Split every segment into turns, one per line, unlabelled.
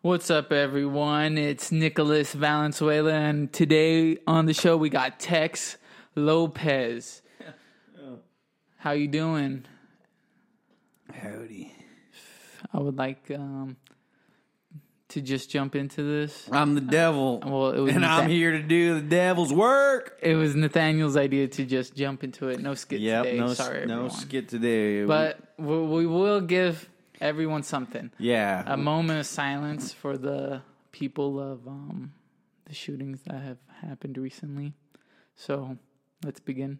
What's up, everyone? It's Nicholas Valenzuela, and today on the show we got Tex Lopez. How you doing?
Howdy.
I would like um, to just jump into this.
I'm the devil.
Well, it was
and I'm
Nathan-
here to do the devil's work.
It was Nathaniel's idea to just jump into it. No skit today.
no,
Sorry,
no
everyone.
skit today.
But we, we will give everyone something.
yeah,
A moment of silence for the people of um, the shootings that have happened recently. So let's begin.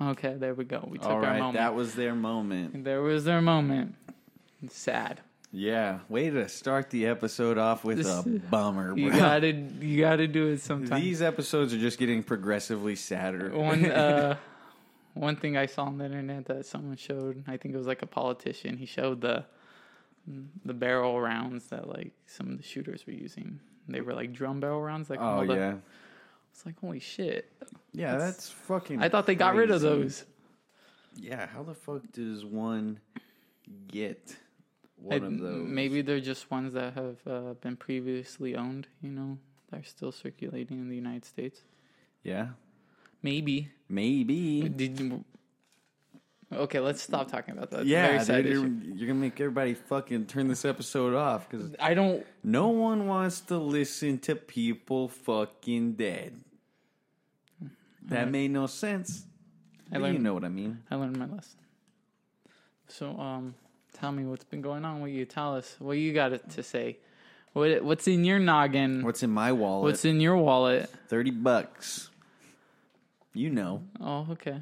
Okay, there we go. We took
all
our
right.
moment.
That was their moment.
there was their moment. It's sad.
Yeah, way to start the episode off with a bummer.
You
bro.
gotta, you gotta do it sometimes.
These episodes are just getting progressively sadder.
one uh, one thing I saw on the internet that someone showed, I think it was like a politician. He showed the the barrel rounds that like some of the shooters were using. They were like drum barrel rounds. Like
oh
all the,
yeah,
it's like holy shit.
yeah. That's, fucking.
I thought they got rid of
crazy.
those.
Yeah, how the fuck does one get
I-
one of those?
Maybe they're just ones that have uh, been previously owned. You know, that are still circulating in the United States.
Yeah,
Maybe.
maybe.
Did you, okay, let's stop talking about that. It's a very
Yeah,
sad
dude, you're,
issue.
you're gonna make everybody fucking turn this episode off because
I don't.
No one wants to listen to people fucking dead. That made no sense.
I
but you
learned-
know what I mean.
I learned my lesson. So, um, tell me what's been going on. What you tell us? What you got it to say? What what's in your noggin?
What's in my wallet?
What's in your wallet?
30 bucks. You know.
Oh, okay.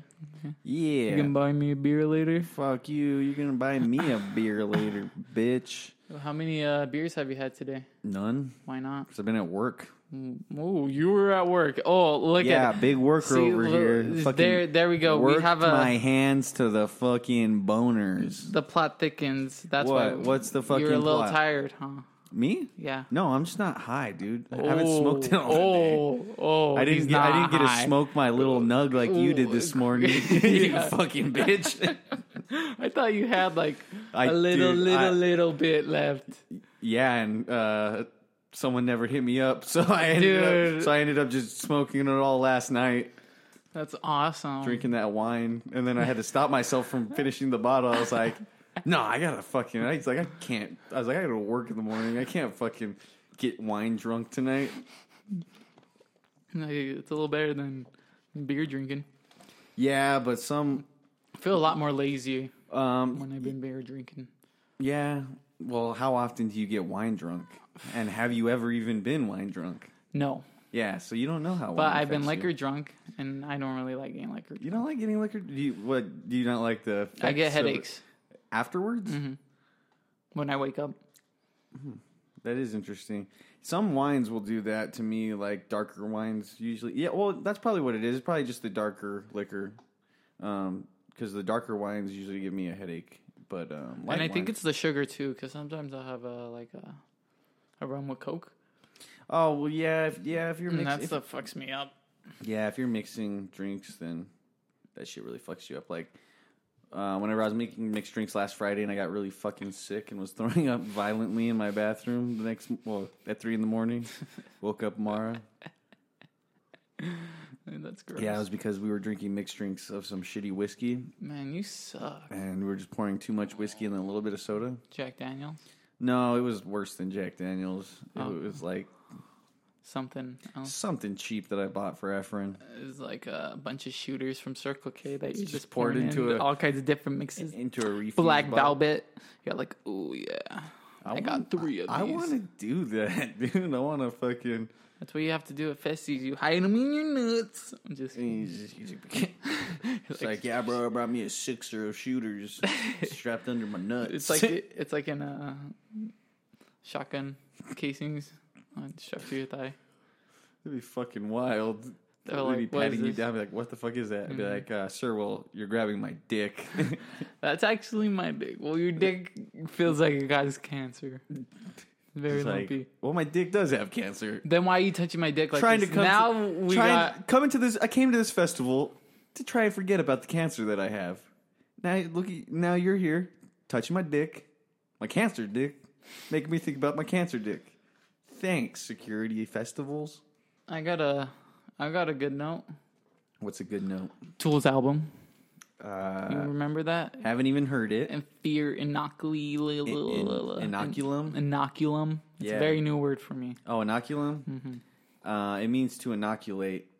Yeah.
You can buy me a beer later.
Fuck you. You're going to buy me a beer later, bitch.
How many uh, beers have you had today?
None.
Why not?
Because I've been at work.
Oh, you were at work. Oh, look
Yeah,
at
big worker
See,
over
lo-
here. Fucking
There, there we go. We
worked
have a
my hands to the fucking boners.
the plot thickens. That's why.
What? What's the
You're a
fucking
little
plot?
tired, huh?
Me?
Yeah.
No, I'm just not high, dude. I haven't smoked in all day.
Oh, oh,
I
he's
didn't. Get, I
not
didn't get
high.
to smoke my little nug like you did this morning. you
Yeah.
fucking bitch.
I thought you had like
I-
a little,
dude,
little,
I-
little bit left.
yeah, and uh, someone never hit me up, so I ended
Dude.
up. So I ended up just smoking it all last night,
That's awesome.
drinking that wine, and then I had to stop myself from finishing the bottle. I was like, "No, I gotta fucking." I was like, "I can't." I was like, "I gotta work in the morning. I can't fucking get wine drunk tonight."
Like, It's a little better than beer drinking.
Yeah, but some.
I feel a lot more lazy
Um,
when I've been beer drinking.
yeah. Well, how often do you get wine drunk? And have you ever even been wine drunk?
No,
Yeah, so you don't know how.
but
wine
I've been
affects
liquor
You.
drunk, and I don't really like getting liquor.
You don't like getting liquor? Do you what? Do you not like the?
I get
effects of it
headaches Mm-hmm.
afterwards.
when I wake up.
That is interesting. Some wines will do that to me, like darker wines usually. Yeah, well, that's probably what it is. It's probably just the darker liquor, because the darker wines usually give me a headache. But um, light
and I think
wines-
it's the sugar too, because sometimes I have a like a, a rum with coke,
oh well, yeah, if, yeah. If you're
and that
mixing,
stuff fucks me up.
Yeah, if you're mixing drinks, then that shit really fucks you up. Like, uh, whenever I was making mixed drinks last Friday and I got really fucking sick and was throwing up violently in my bathroom the next, well, at three in the morning, woke up Mara.
And that's gross.
Yeah, it was because we were drinking mixed drinks of some shitty whiskey
man, you suck,
and we were just pouring too much whiskey and then a little bit of soda.
Jack Daniels.
No, it was worse than Jack Daniels. It
Oh.
was like
Something
Oh.
else
something cheap that I bought for Efren.
is like a bunch of shooters from Circle K that you just,
Just
poured
poured
into
into a-
all kinds of different mixes.
Into a refill.
black velvet. You're like, oh yeah, I, got three of
I
these.
want to do that, dude. I want to fucking.
That's what you have to do at festies. You hide them in your nuts. I'm just kidding.
He's just- he's like- it's like, yeah, bro, I brought me a sixer of shooters strapped under my nuts.
It's like it's like in uh, shotgun casings on strapped to your thigh.
it'd be fucking wild.
They're
They'd
like,
be
"What is
patting
this?"
you
Mm-hmm.
down, be like, what the fuck is that? I'd be like, uh, sir, well, you're grabbing my dick.
That's actually my dick. Well, your dick feels like it got cancer. Very
it's like,
lumpy.
well, my dick does have cancer.
then why are you touching my dick like
trying
this?
to come
now
to,
we
trying,
got
coming to this. I came to this festival to try and forget about the cancer that I have, Now look, at- now you're here touching my dick, my cancer dick, making me think about my cancer dick. Thanks, security festivals.
I got a, I got a good note.
What's a good note?
Tools album. You
Uh,
remember that?
haven't even heard it.
And fear inoculi-
in- inoculum?
Inoculum. It's
Yeah.
a very new word for me.
Oh, inoculum.
Mm-hmm.
Uh, it means to inoculate,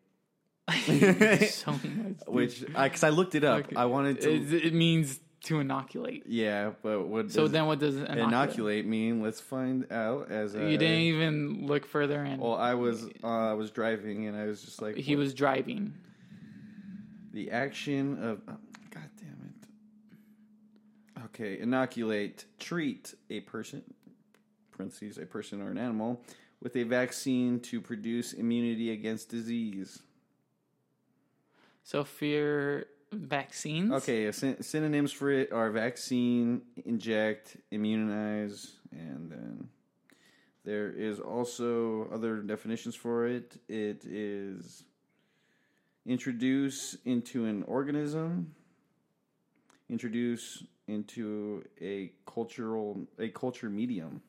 so much.
which because I looked it up. I wanted to.
It, it means to inoculate.
yeah, but what
So
does
then, what does inoculate?
inoculate mean? Let's find out. As I,
You didn't even look further in.
Well, I was uh, I was driving and I was just like
he
what-
was driving.
the action of oh, God damn it. Okay, inoculate, treat a person parentheses a person or an animal with a vaccine to produce immunity against disease.
So fear vaccines.
Okay, uh, syn- synonyms for it are vaccine, inject, immunize, and then there is also other definitions for it. It is introduce into an organism, introduce into a cultural a culture medium.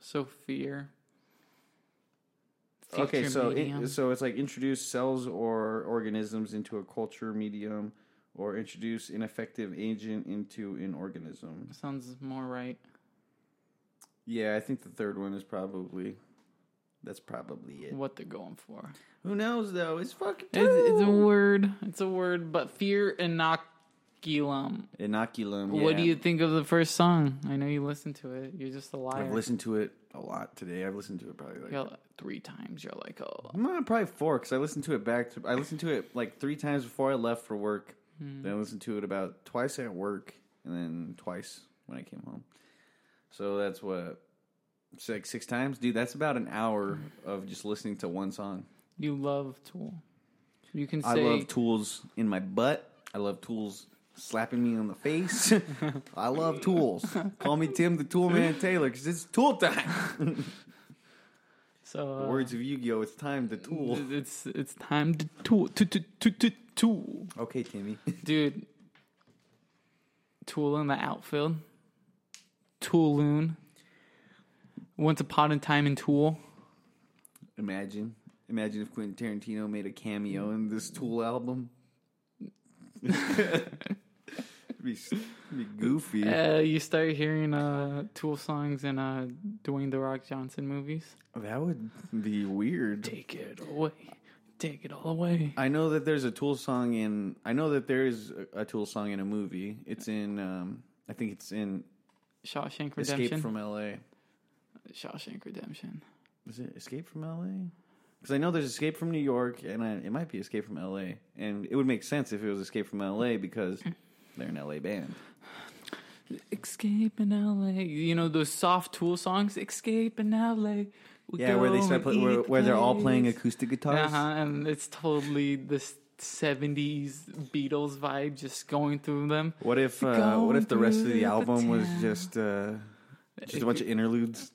So fear.
okay,
Future
so
medium.
it, so it's like introduce cells or organisms into a culture medium, or introduce an effective agent into an organism.
sounds more right.
Yeah, I think the third one is probably that's probably it.
What they're going for.
Who knows though? It's fucking
It's, it's a
two.
word. It's a word. But fear inoculum.
inoculum.
What do
yeah.
you think of the first song? I know you listened to it. You're just a
I've
liar.
listened to it a lot today. I've listened to it probably like
You're like, three times. You're like, oh,
I'm on probably four because I listened to it back. To, I listened to it like three times before I left for work.
Hmm.
Then I listened to it about twice at work, and then twice when I came home. So that's what it's like six times, dude. That's about an hour of just listening to one song.
you love Tool. You can say
I love tools in my butt. I love tools slapping me on the face. I love tools. Call me Tim the Tool Man Taylor because it's tool time.
so. Uh,
Words of Yu-Gi-Oh! It's time to tool.
It's it's time to tool to to to to tool.
Okay, Timmy.
Dude, Tool in the outfield. Tooloon. Once upon a time in Tool.
Imagine. Imagine if Quentin Tarantino made a cameo in this Tool album. it'd, be, it'd be goofy.
Uh, you start hearing uh, Tool songs in uh, Dwayne The Rock Johnson movies.
That would be weird.
Take it away. Take it all away.
I know that there's a Tool song in. I know that there is a, a Tool song in a movie. It's in. Um, I think it's in
Shawshank
Escape
Redemption.
from L.A.
Shawshank Redemption.
Is it Escape from L.A.? Because I know there's Escape from New York, and I, it might be Escape from L.A. And it would make sense if it was Escape from L.A. because they're an L.A. band.
Escape in LA. You know those soft Tool songs? Escape in LA. We
Yeah, where
go
they
and
start play, where,
eat
where they're all
place.
playing acoustic guitars.
Uh-huh, and it's totally this 70s Beatles vibe just going through them.
What if uh, what if the rest of
Going
the
through the
album was
town.
just uh, just a bunch of interludes?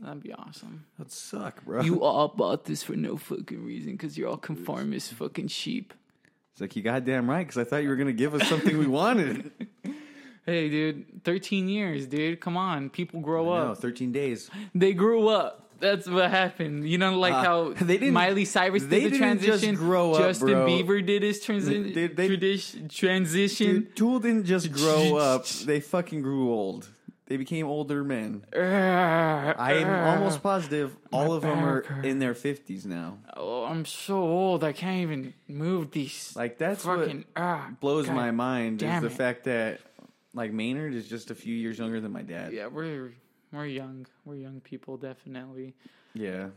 That'd be awesome.
That'd suck, bro.
You all bought this for no fucking reason because you're all conformist fucking sheep.
it's like you goddamn right, because I thought you were gonna give us something we wanted.
Hey, dude, 13 years, dude. Come on. People grow
no,
up.
thirteen days.
They grew up. That's what happened. You know, like
Uh,
how
they didn't-
Miley Cyrus did
they
the
didn't just
transition.
grow up,
Justin
bro.
Bieber did his transi-
They- they-
tradi- transition.
Dude, Tool didn't just grow up; they fucking grew old. They became older men. I'm almost positive all of them are
Uh, back
in their fifties now.
Oh, I'm so old. I can't even move these.
Like that's
fucking ah,
what blows
God.
my mind is
damn
the
it.
fact that like Maynard is just a few years younger than my dad.
Yeah, we're we're young. We're young people, definitely.
yeah.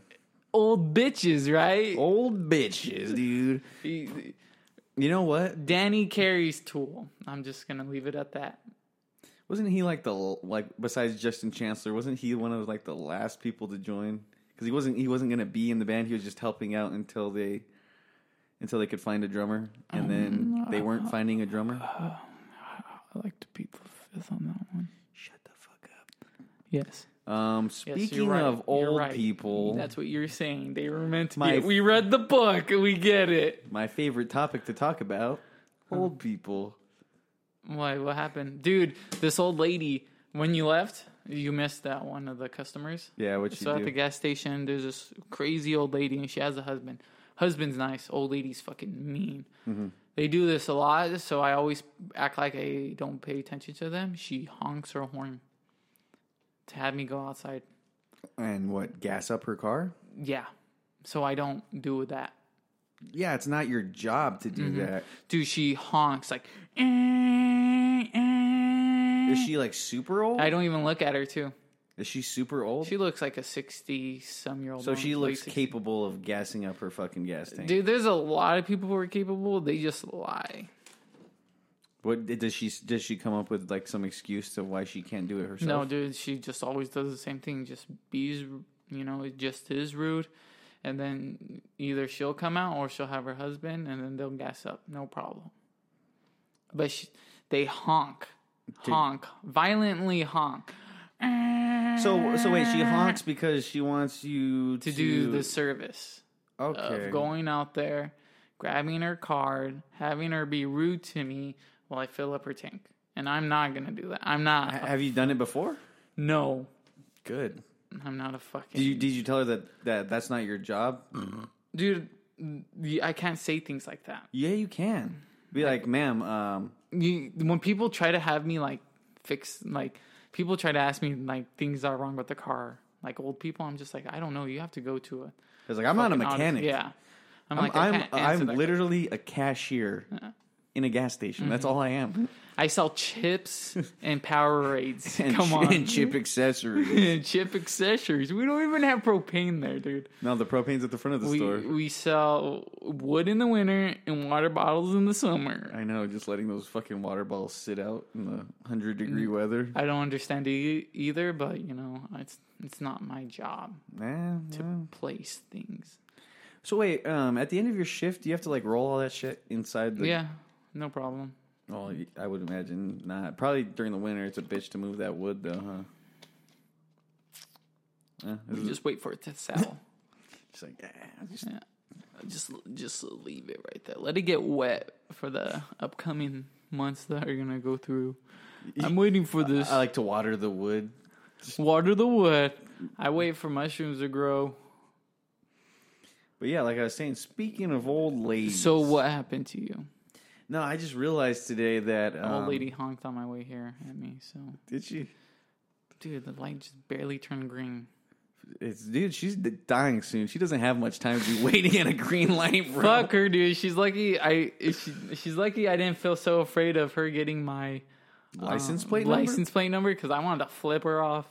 Old bitches, right?
Old bitches, dude.
He-
You know what?
Danny Carey's tool. I'm just gonna leave it at that.
Wasn't he like the like besides Justin Chancellor? Wasn't he one of like the last people to join? Because he wasn't he wasn't gonna be in the band. He was just helping out until they until they could find a drummer, and then
Mm,
they weren't finding a drummer.
uh, I like to beat the fifth on that one.
Shut the fuck
Yes.
up. Um,
Yes, you're
speaking
right.
of
You're
old
right.
people,
That's what you're saying. They were meant to
My-
be. We read the book. We get it.
my favorite topic to talk about: old people.
Why? What happened, dude? This old lady. When you left, you missed that one of the customers.
Yeah, what you
So at
do?
the gas station, there's this crazy old lady, and she has a husband. Husband's nice. Old lady's fucking mean. They do this a lot, so I always act like I don't pay attention to them. She honks her horn to have me go outside.
and what? Gas up her car?
Yeah, so I don't do that.
Yeah, it's not your job to do
Mm-hmm.
that.
Dude, she honks like. "Eh, eh."
Is she like super old?
I don't even look at her too.
Is she super old?
She looks like a sixty-some-year-old.
so she looks
capable.
capable of gassing up her fucking gas tank.
Dude, there's a lot of people who are capable. They just lie.
What does she does she come up with like some excuse to why she can't do it herself?
No, dude, she just always does the same thing. Just bees, you know, it just is rude. And then either she'll come out or she'll have her husband, and then they'll gas up, no problem. But she, they honk, honk, violently honk.
So so wait, she honks because she wants you to,
to do uh, the service
Okay.
of going out there, grabbing her card, having her be rude to me while I fill up her tank. And I'm not gonna do that. I'm not.
Ha- Have you done it before?
no,
Good.
I'm not a fucking
Did you did you tell her that, that that's not your job?
dude. y- I can't say things like that.
Yeah, you can. Be like, ma'am, um,
You, when people try to have me like fix, like people try to ask me like things are wrong with the car, like old people. I'm just like, I don't know. You have to go to a
it's like I'm not a
an audit-
mechanic.
Yeah, I'm, like, I
I'm
can't answer
I'm
that. Uh-huh.
literally a cashier in a gas station. That's
Mm-hmm.
all I am.
I sell chips and Powerades.
And
Come
ch-
on,
and chip accessories.
and chip accessories. We don't even have propane there, dude.
no, the propane's at the front of the
We
store.
we sell wood in the winter and water bottles in the summer.
I know, just letting those fucking water bottles sit out in the hundred
Mm.
degree weather.
I don't understand it either, but you know, it's it's not my job
Nah, nah.
place things.
So wait, um, at the end of your shift, do you have to like roll all that shit inside the?
Yeah, no problem.
Well, I would imagine not. Probably during the winter, it's a bitch to move that wood, though, huh? Yeah,
We just wait for it to settle.
it's like ah, just
just just leave it right there. Let it get wet for the upcoming months that are gonna go through. I'm waiting for this.
I like to water the wood.
Water the wood. I wait for mushrooms to grow.
But yeah, like I was saying, speaking of old ladies,
So what happened to you?
no, I just realized today that um,
old lady honked on my way here at me. So,
did she?
dude, the light just barely turned green.
It's dude, she's d- dying soon. She doesn't have much time to be waiting at a green light, bro.
Fuck her, dude. She's lucky. I she, she's lucky. I didn't feel so afraid of her getting my
License plate number?
license plate number because I wanted to flip her off.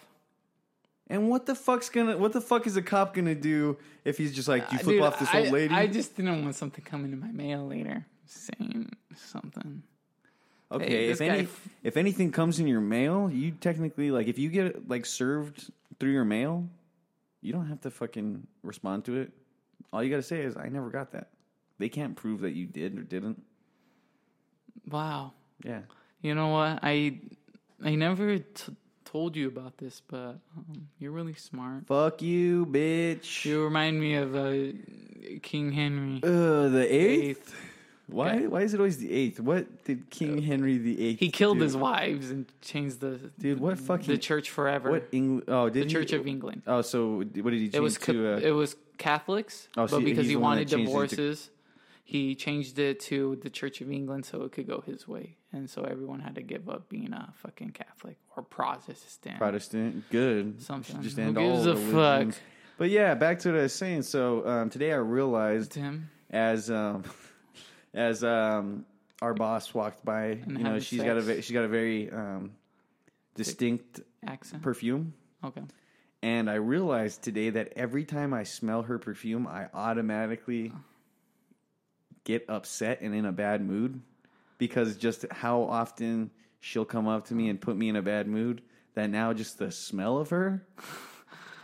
And what the fuck's gonna? What the fuck is a cop gonna do if he's just like you
Uh,
flip
dude,
off this
I-
old lady?
I just didn't want something coming in my mail later saying something.
okay,
hey,
if
this guy
any,
f-
if anything comes in your mail, you technically like if you get like served through your mail, you don't have to fucking respond to it. All you gotta say is I never got that. They can't prove that you did or didn't.
Wow.
Yeah,
You know what? I I never t- told you about this, but um, you're really smart.
fuck you, bitch.
You remind me of uh, King Henry.
uh, the eighth. Why? Why is it always the eighth? What did King Henry the eighth?
He killed
do?
his wives and changed the
dude. What fucking
the church forever.
What England? Oh, did
the Church
he?
of England.
Oh, so what did he change
It was ca-
to? Uh,
it was Catholics,
Oh, so
but because
he's
he
the one that
wanted
changed it to-
divorces, he changed it to the Church of England so it could go his way, and so everyone had to give up being a fucking Catholic or Protestant.
Protestant. Good.
Something.
Just
Who
end
gives
all
a
religions.
fuck?
But yeah, back to what I was saying. So um, today I realized
Tim,
as um, as um, our boss walked by, you know,
having
she's got a
sex.
ve- she's got a very um, distinct
accent.
perfume,
okay.
and I realized today that every time I smell her perfume, I automatically get upset and in a bad mood because just how often she'll come up to me and put me in a bad mood that now just the smell of her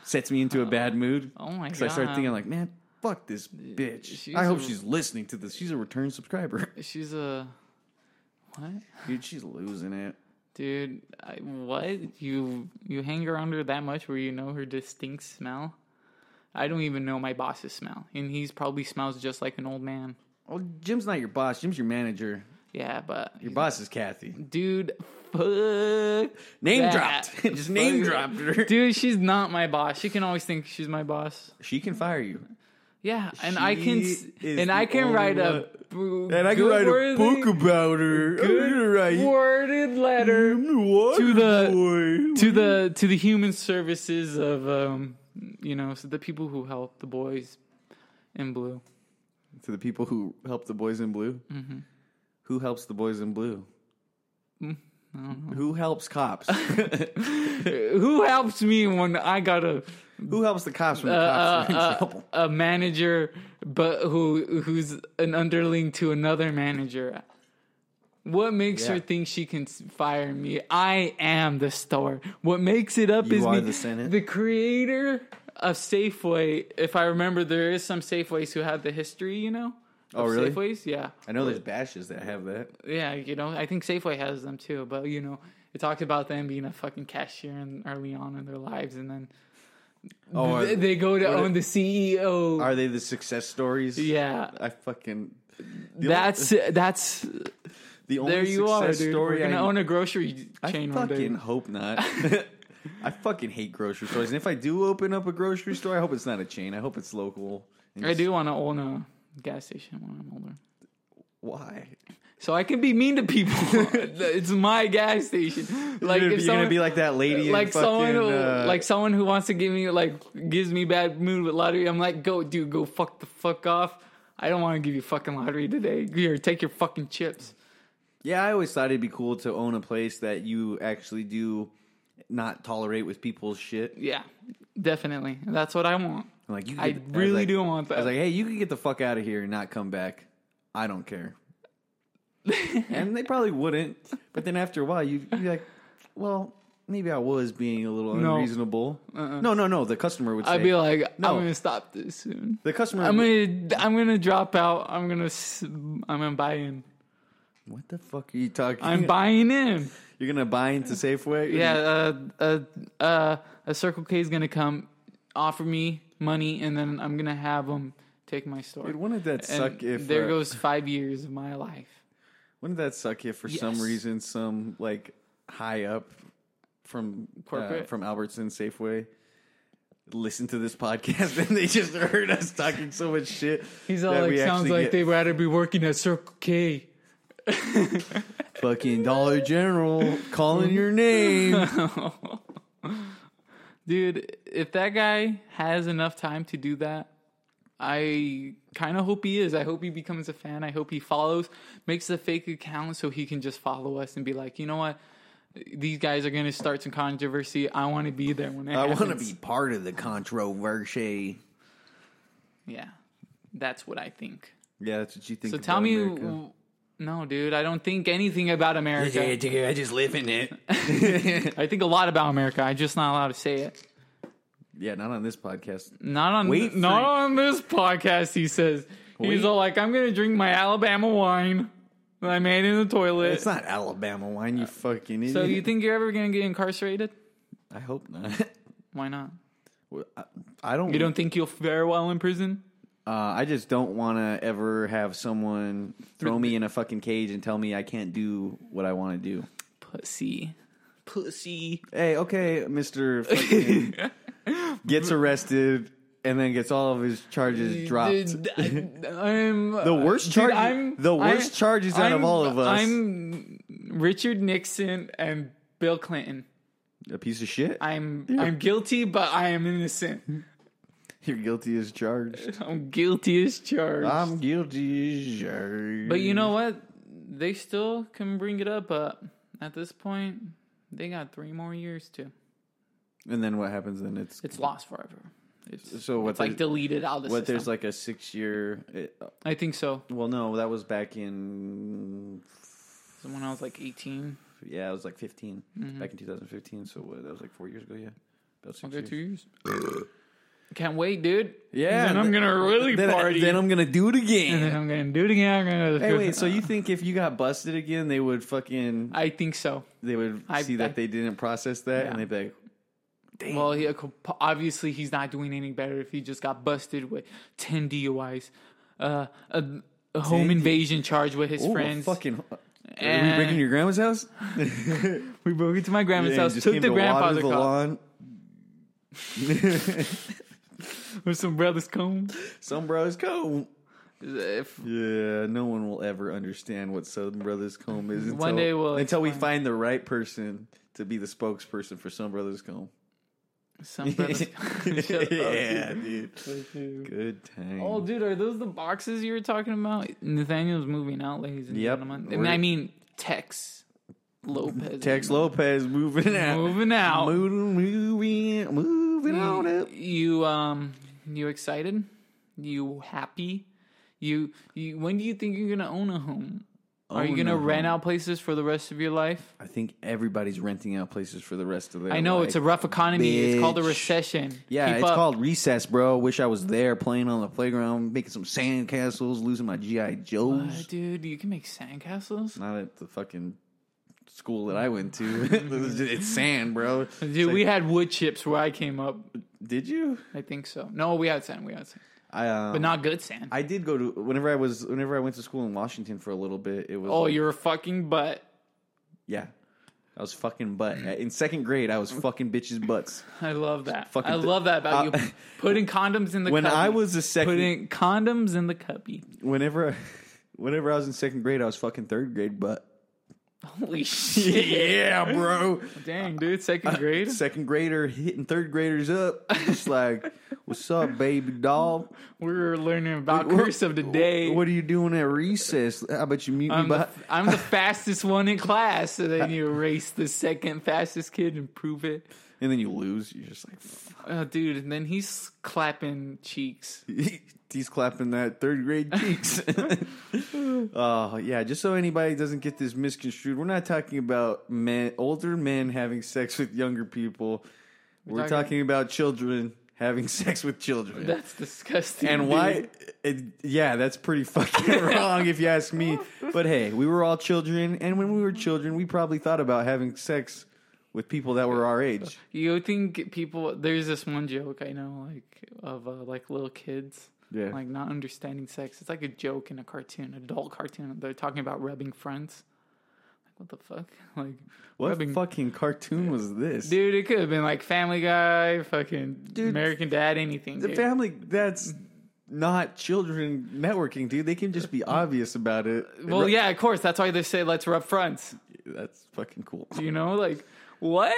sets me into a bad mood.
Oh my
Because I start
God.
thinking like, man, fuck this bitch.
she's
I hope
a-
she's listening to this. She's a return subscriber.
She's a what,
Dude, she's losing it.
dude? I, what you you hang around her that much where you know her distinct smell? I don't even know my boss's smell, and he's probably smells just like an old man.
Oh, Jim's not your boss. Jim's your manager.
Yeah, but
Your boss is Kathy.
dude, fuck.
Name
that.
dropped. Just name
Fuck-
dropped her.
Dude, she's not my boss. She can always think she's my boss.
She can fire you.
Yeah, and I can s-
She is
and I
the
can
only
write
one-
a boo-
And I can
good
write a
worthy-
book about her. I'm gonna write
worded letter
I'm the water
To the-
boy.
to the to the human services of um you know so the people who help the boys in blue.
to the people who help the boys in blue.
Mm-hmm.
Who helps the boys in blue?
Mm,
Who helps cops?
who helps me when I got a
who helps the cops when the
Uh, a,
cops are in
a-
trouble?
a manager but who who's an underling to another manager? What makes
Yeah.
her think she can s- fire me? I am the store. What makes it up
You
is
are
me,
the Senate.
the creator of Safeway. If I remember, there is some Safeways who have the history, you know.
Oh,
of
really?
Safeways, yeah.
I know there's bashes that have that.
Yeah, you know, I think Safeway has them too, but you know, it talks about them being a fucking cashier and early on in their lives, and then
Oh,
th-
are,
they go to
are
own the CEO.
are they the success stories?
yeah,
I fucking. the only-
that's that's
the only
there you are,
success
dude.
story.
We're gonna
I,
own a grocery
I
chain one day.
fucking hope not. I fucking hate grocery stores, and if I do open up a grocery store, I hope it's not a chain. I hope it's local. And
I
just-
do want to own a gas station when I'm older,
Why?
so I can be mean to people. it's my gas station. Like
you're,
if
you're
someone,
gonna be like that lady,
like
in fucking,
someone who,
uh,
like someone who wants to give me like gives me bad mood with lottery. I'm like, go dude, go fuck the fuck off. I don't want to give you fucking lottery today. Here, take your fucking chips.
Yeah, I always thought it'd be cool to own a place that you actually do not tolerate with people's shit.
Yeah, definitely. That's what I want.
I'm Like you,
I
could- was
really
like-
do want
I was
that.
like, hey, you can get the fuck out of here and not come back. I don't care. and they probably wouldn't. But then after a while, you'd be like, well, maybe I was being a little
No. Uh-uh.
unreasonable. No, no, no. The customer would say,
I'd be like,
No.
I'm gonna stop this soon.
the customer.
I'm gonna, I'm gonna drop out. I'm gonna, s- I'm gonna buy in.
what the fuck are you talking?
I'm buying in.
You're gonna buy into Safeway?
Yeah, uh, uh, uh, a Circle K is gonna come, offer me money, and then I'm gonna have them take my store.
Dude, wouldn't that
And
suck if
there
uh,
goes five years of my life.
Wouldn't that suck if, for some
Yes.
reason, some like high up from corporate
Corporate?
from Albertson Safeway listened to this podcast and they just heard us talking so much shit?
He's all
that
like,
we
sounds
actually
like
get
they'd rather be working at Circle K.
fucking Dollar General calling your name.
Dude, if that guy has enough time to do that, I kind of hope he is. I hope he becomes a fan. I hope he follows, makes a fake account so he can just follow us and be like, you know what? These guys are going to start some controversy. I want to be there when it
I
happens.
want to be part of the controversy.
Yeah, that's what I think.
Yeah, that's what you think.
So
about
tell me,
America.
no, dude, I don't think anything about America.
Yeah, I just live in it.
I think a lot about America. I'm just not allowed to say it.
yeah, not on this podcast.
Not on
Wait
not
for-
on this podcast, he says.
Wait.
He's all like, I'm gonna drink my Alabama wine that I made in the toilet.
It's not Alabama wine, you fucking idiot.
so you think you're ever gonna get incarcerated?
I hope not.
Why not?
Well, I- I don't.
You don't think you'll fare well in prison?
Uh, I just don't want to ever have someone throw me in a fucking cage and tell me I can't do what I want to do.
Pussy. Pussy.
Hey, okay, Mister fucking gets arrested and then gets all of his charges dropped.
Dude, I, I'm
The worst
dude,
charge,
I'm-
the worst
I-
charges out of
I'm-
all of us.
I'm Richard Nixon and Bill Clinton.
a piece of shit.
I'm I'm guilty, but I am innocent.
You're guilty as charged.
I'm guilty as charged.
I'm guilty as charged.
But you know what? They still can bring it up, but at this point, they got three more years to.
and then what happens? Then it's,
It's lost forever. It's,
so what?
it's like
there's,
deleted out of the
what?
system.
There's like a six year. It,
I think so.
well, no, that was back in
So When I was like 18,
Yeah, I was like 15
Mm-hmm.
back in 2015. So what, that was like four years ago. Yeah, about six
I'll go
years.
two years. Can't wait, dude.
Yeah,
Then I'm
th-
gonna really
then, uh,
party.
Then I'm gonna do it
And
again.
then I'm gonna do it again. I'm gonna.
hey, wait. So you think if you got busted again, they would fucking
I think so.
they would
I-
see
I-
that they didn't process that,
Yeah.
and they'd be like,
Well, he, uh, obviously he's not doing any better if he just got busted with 10 DUIs, uh, a, a home
10 D-
invasion charge with his
"Oh, a
friends.
fucking Are we breaking
And
your grandma's house?
we broke into my grandma's
Yeah,
house,
just
took
came
the
to water
grandfather
the
clock
lawn.
with some brother's comb.
Some brothers comb.
If
Yeah, no one will ever understand what Some Brothers Comb is. Until,
One day we'll
until we
explain.
find the right person to be the spokesperson for Some Brothers Comb.
some brother's comb. Shut up,
yeah,
dude.
dude. Good time.
Oh, dude, are those the boxes you were talking about? Nathaniel's moving out, ladies and
Yep.
gentlemen. I
We're-
mean, I mean Tex Lopez.
Tex Lopez moving out.
Moving out.
Moving, moving, moving on up.
You um, you excited? You happy? You you. When do you think you're gonna own a home? Are you
Own
gonna
a
rent
home.
out places for the rest of your life?
I think everybody's renting out places for the rest of their
I know it's a
life.
rough economy. It's called a
bitch.
recession.
Yeah,
Keep
it's
up.
called recess, bro. Wish I was there playing on the playground, making some sand castles, losing my GI
Uh,
Joes.
dude, you can make sandcastles.
Not at the fucking school that I went to. it's sand, bro.
Dude, we had wood chips where I came up.
Did you?
I think so. No, we had sand. We had sand,
I um,
but not good sand.
I did go to whenever I was whenever I went to school in Washington for a little bit. It was
Oh,
like-
you're a fucking butt.
yeah. I was fucking butt in second grade. I was fucking bitches butts.
I love that.
Fucking
I
th-
love that about
Uh,
you. Putting condoms in the
When
cubby.
I was a second,
putting condoms in the cubby.
whenever whenever I was in second grade, I was fucking third grade butt.
Holy shit!
yeah, bro.
Dang, dude,
Uh,
second grade.
Second grader hitting third graders up. It's like, what's up, baby doll?
We were learning about
What-
curse of the day.
What are you doing at recess? How about you meet me
I'm the,
behind?
I'm the fastest one in class, so
Uh,
then you erase the second fastest kid and prove it.
And then you lose. You're just like,
Oh, dude, and then he's clapping cheeks.
He's clapping that third grade cheeks. oh yeah, just so anybody doesn't get this misconstrued, we're not talking about men, older men having sex with younger people. We're,
talking-
talking, about children having sex with children.
That's disgusting.
and
dude.
why? It, yeah, that's pretty fucking wrong if you ask me. But hey, we were all children, and when we were children, we probably thought about having sex with people that were our age.
You think people? There's this one joke I know, like of uh, like little kids.
Yeah.
like not understanding sex. It's like a joke in a cartoon, adult cartoon. They're talking about rubbing fronts. Like what the fuck? Like
What
rubbing
fucking cartoon was this?
dude. It could have been like Family Guy, fucking American Dad, anything.
The
dude.
family that's not children networking, dude. They can just be obvious about it.
well, yeah, of course. That's why they say let's rub fronts.
that's fucking cool.
You know, like what?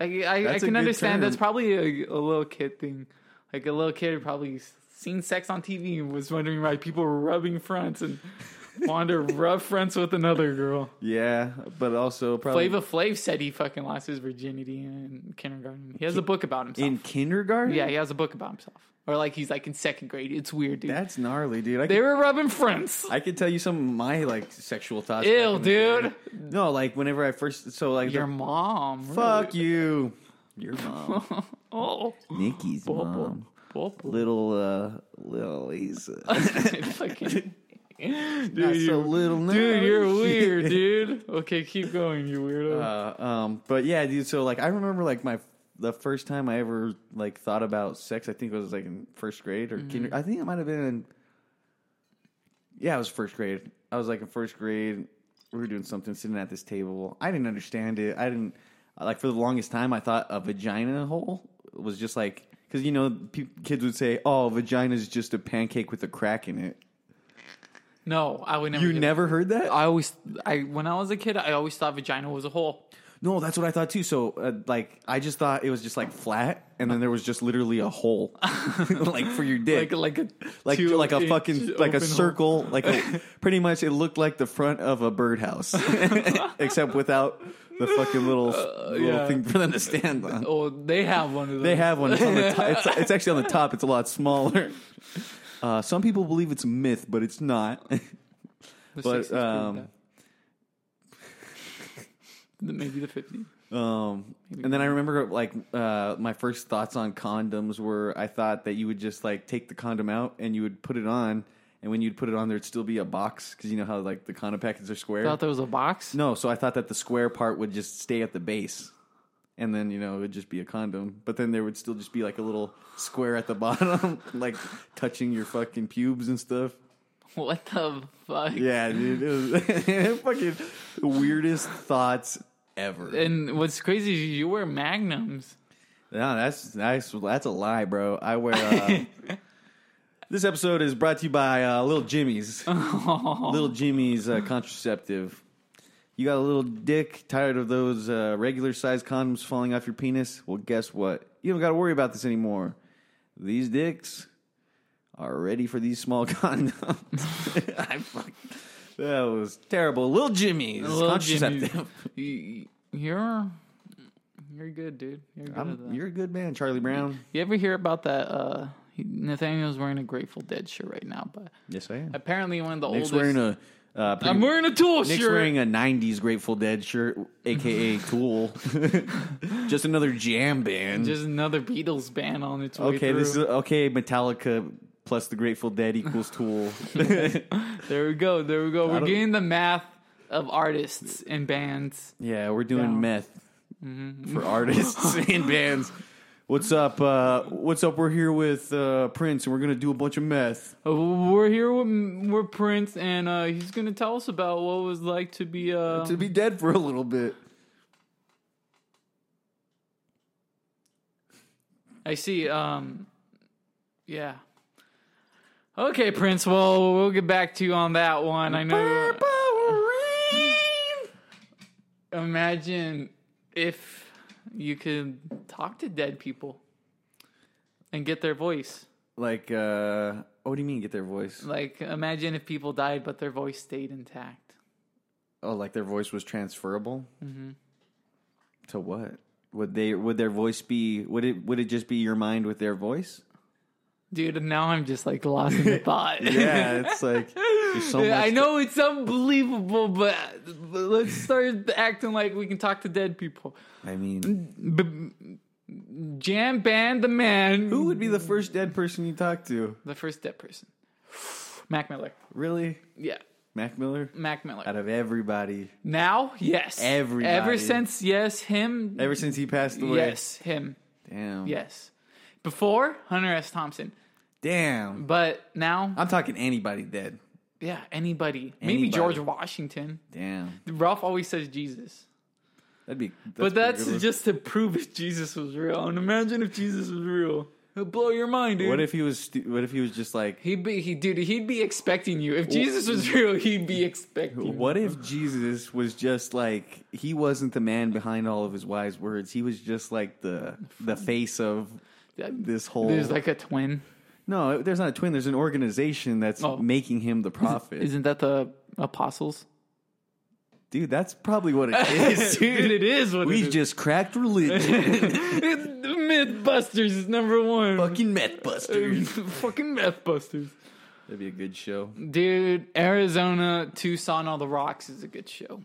I I, I
That's a
can
good
understand. That's
term.
probably a, a little kid thing. Like a little kid probably s- seen sex on TV and was wondering why people were rubbing fronts and wanted to rub fronts with another girl.
Yeah, but also probably
Flava Flav said he fucking lost his virginity in kindergarten. He has a book about himself.
in kindergarten.
yeah, he has a book about himself. Or like he's like in second grade. It's weird, dude.
that's gnarly, dude. I
they
could,
were rubbing friends.
I could tell you some of my like sexual thoughts. back
Ew,
in the day.
dude.
No, like whenever I first, so like
Your
the,
mom.
fuck you, your mom,
Oh.
Nikki's mom,
Bubble.
little uh, little Lisa,
fucking. Dude,
Not so
you-
little now.
dude, you're weird, dude. Okay, keep going, you weirdo.
Uh, um, but yeah, dude. So like, I remember like my the first time I ever like thought about sex. I think it was like in first grade or kinder. I think it might have been in. Yeah, it was first grade. I was like in first grade. We were doing something, sitting at this table. I didn't understand it. I didn't like for the longest time. I thought a vagina hole was just like because you know pe- kids would say, "Oh, vagina is just a pancake with a crack in it."
no, I would never.
You
do-
never heard that?
I always, I when I was a kid, I always thought vagina was a hole.
No, that's what I thought too. So, uh, like, I just thought it was just like flat, and then there was just literally a hole, like for your
Like,
dick,
like a,
like
two
like a
inch
fucking like a
open hole.
circle, like a, pretty much it looked like the front of a birdhouse, except without the fucking little little
Uh, yeah.
thing for them to stand on.
Oh, they have one of those.
They have one. It's, on the to- it's, it's actually on the top. It's a lot smaller. Uh, some people believe it's a myth, but it's not.
The
but,
60s proved
um,
that. The- maybe the 50s.
Um, and then I remember like uh, my first thoughts on condoms were I thought that you would just like take the condom out and you would put it on, and when you'd put it on, there'd still be a box because you know how like the condom packets are square.
Thought there was a box.
no, so I thought that the square part would just stay at the base, and then you know it would just be a condom, but then there would still just be like a little square at the bottom, like touching your fucking pubes and stuff.
What the fuck?
Yeah, dude, it was fucking the weirdest thoughts ever.
And what's crazy is you wear magnums.
No, that's that's that's a lie, bro. I wear. Uh, this episode is brought to you by uh, Little Jimmy's.
Oh.
Little Jimmy's uh, contraceptive. You got a little dick, tired of those uh, regular sized condoms falling off your penis? Well, guess what? You don't got to worry about this anymore. These dicks are ready for these small condoms. I fuck. That was terrible. Little Jimmy's
Little Jimmy,
contraceptive.
you- you're you're good, dude. You're good at
I'm,
that.
you're a good man, Charlie Brown.
You ever hear about that? Uh, he- Nathaniel's wearing a Grateful Dead shirt right now, but
Yes, I am.
apparently one of the
Nick's
oldest.
wearing a. Uh, pretty-
I'm wearing a Tool
Nick's
shirt.
wearing a '90s Grateful Dead shirt, aka Tool. Just another jam band.
Just another Beatles band on its way
okay,
through.
this is okay. Metallica plus the Grateful Dead equals Tool.
there we go. There we go. We're
don't-
getting the math of artists and bands.
yeah, we're doing
Yeah. Mm-hmm.
meth for artists and bands. What's up? Uh, what's up? We're here with uh, Prince, and we're gonna do a bunch of meth.
Uh, We're here with we're Prince, and uh, he's gonna tell us about what it was like to be uh,
to be dead for a little bit.
I see. Um, yeah. Okay, Prince. Well, we'll get back to you on that one. I know. Imagine if you could talk to dead people and get their voice.
Like, uh, what do you mean? Get their voice?
Like, imagine if people died but their voice stayed intact.
Oh, like their voice was transferable
Mm-hmm.
to what? Would they? Would their voice be? Would it? Would it just be your mind with their voice?
Dude, and now I'm just like lost in the thought.
Yeah, it's like there's so much.
I know it's unbelievable, but but let's start acting like we can talk to dead people.
I mean,
B- jam band the man.
who would be the first dead person you talk to?
The first dead person. Mac Miller.
Really,
Yeah,
Mac Miller?
Mac Miller.
Out of everybody,
Now, yes.
Everybody.
Ever since, yes, him.
ever since he passed away.
yes, him.
Damn.
Yes. Before, Hunter S. Thompson.
Damn.
But now,
I'm talking anybody dead.
yeah, anybody. Maybe
Anybody.
George Washington.
Damn.
Ralph always says Jesus.
That'd be. That's
But that's
pretty good.
just to prove if Jesus was real. And imagine if Jesus was real. He'll blow your mind, dude.
What if he was? Stu- what if he was just like?
he'd be he dude, he'd be expecting you. If Jesus was real, he'd be expecting you.
What if Jesus was just like he wasn't the man behind all of his wise words? He was just like the the face of this whole.
There's like a twin.
no, there's not a twin. There's an organization that's
Oh.
making him the prophet,
Isn't that the apostles?
dude. That's probably what it is.
Dude, it is what
we
it is.
just cracked religion,
Mythbusters is number one.
fucking MythBusters.
Fucking Mythbusters.
That'd be a good show.
Dude, Arizona, Tucson on the Rocks is a good show.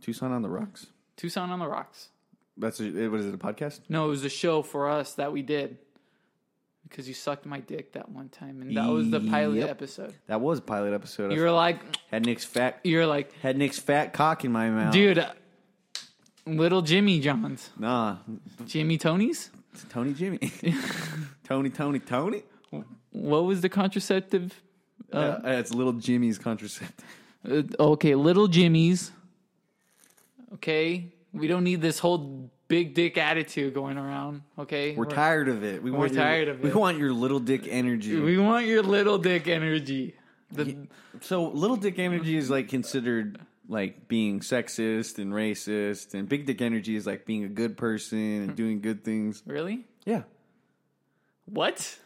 Tucson on the rocks.
Tucson on the Rocks.
That's a, what is it? A podcast?
No, it was a show for us that we did because you sucked my dick that one time, and that was the pilot
Yep.
episode.
That was a pilot episode.
You
I
were like,
had Nick's fat
you were like,
had Nick's fat cock in my mouth.
dude, uh, little Jimmy John's,
nah,
Jimmy Tony's.
Tony Jimmy, Tony Tony Tony.
What was the contraceptive?
Uh, it's little Jimmy's contraceptive.
Uh, okay, little Jimmy's. Okay, we don't need this whole big dick attitude going around. Okay,
We're tired of it. We want your-
tired of
We
it.
want your little dick energy.
We want your little dick energy. The,
so little dick energy is like considered like being sexist and racist, and big dick energy is like being a good person
Hmm.
and doing good things.
Really?
Yeah.
What?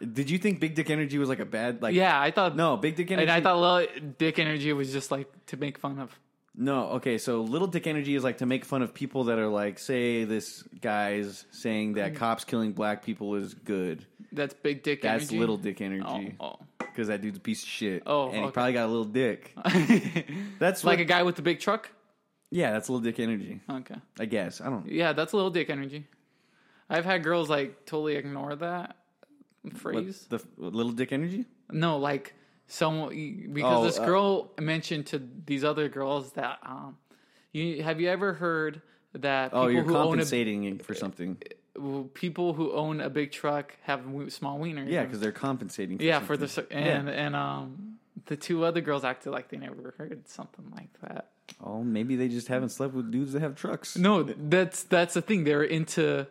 Did you think big dick energy was like a bad like?
Yeah, I thought
No, big dick energy.
And I thought little dick energy was just like to make fun of.
No, okay, so little dick energy is like to make fun of people that are like, say, this guy's saying
Hmm.
that cops killing black people is good.
That's big dick
That's
energy.
little dick energy.
Oh,
Because that dude's a piece of shit.
Oh,
and he
okay.
probably got a little dick.
oh.
That's
like
what-
a guy with the big truck.
yeah, that's little dick energy.
Okay.
I guess I don't.
Yeah, that's little dick energy. I've had girls like totally ignore that
What,
phrase.
the what, little dick energy.
No, like someone because
Oh,
this
uh,
girl mentioned to these other girls that um, you have you ever heard that people
Oh, you're
who own
compensating for something.
a people who own a big truck have w- small wieners?
Yeah, because they're compensating. For
Yeah,
something.
for the cir- and and um the two other girls acted like they never heard something like that.
Oh, maybe they just haven't slept with dudes that have trucks.
No, th- that's that's the thing. They were into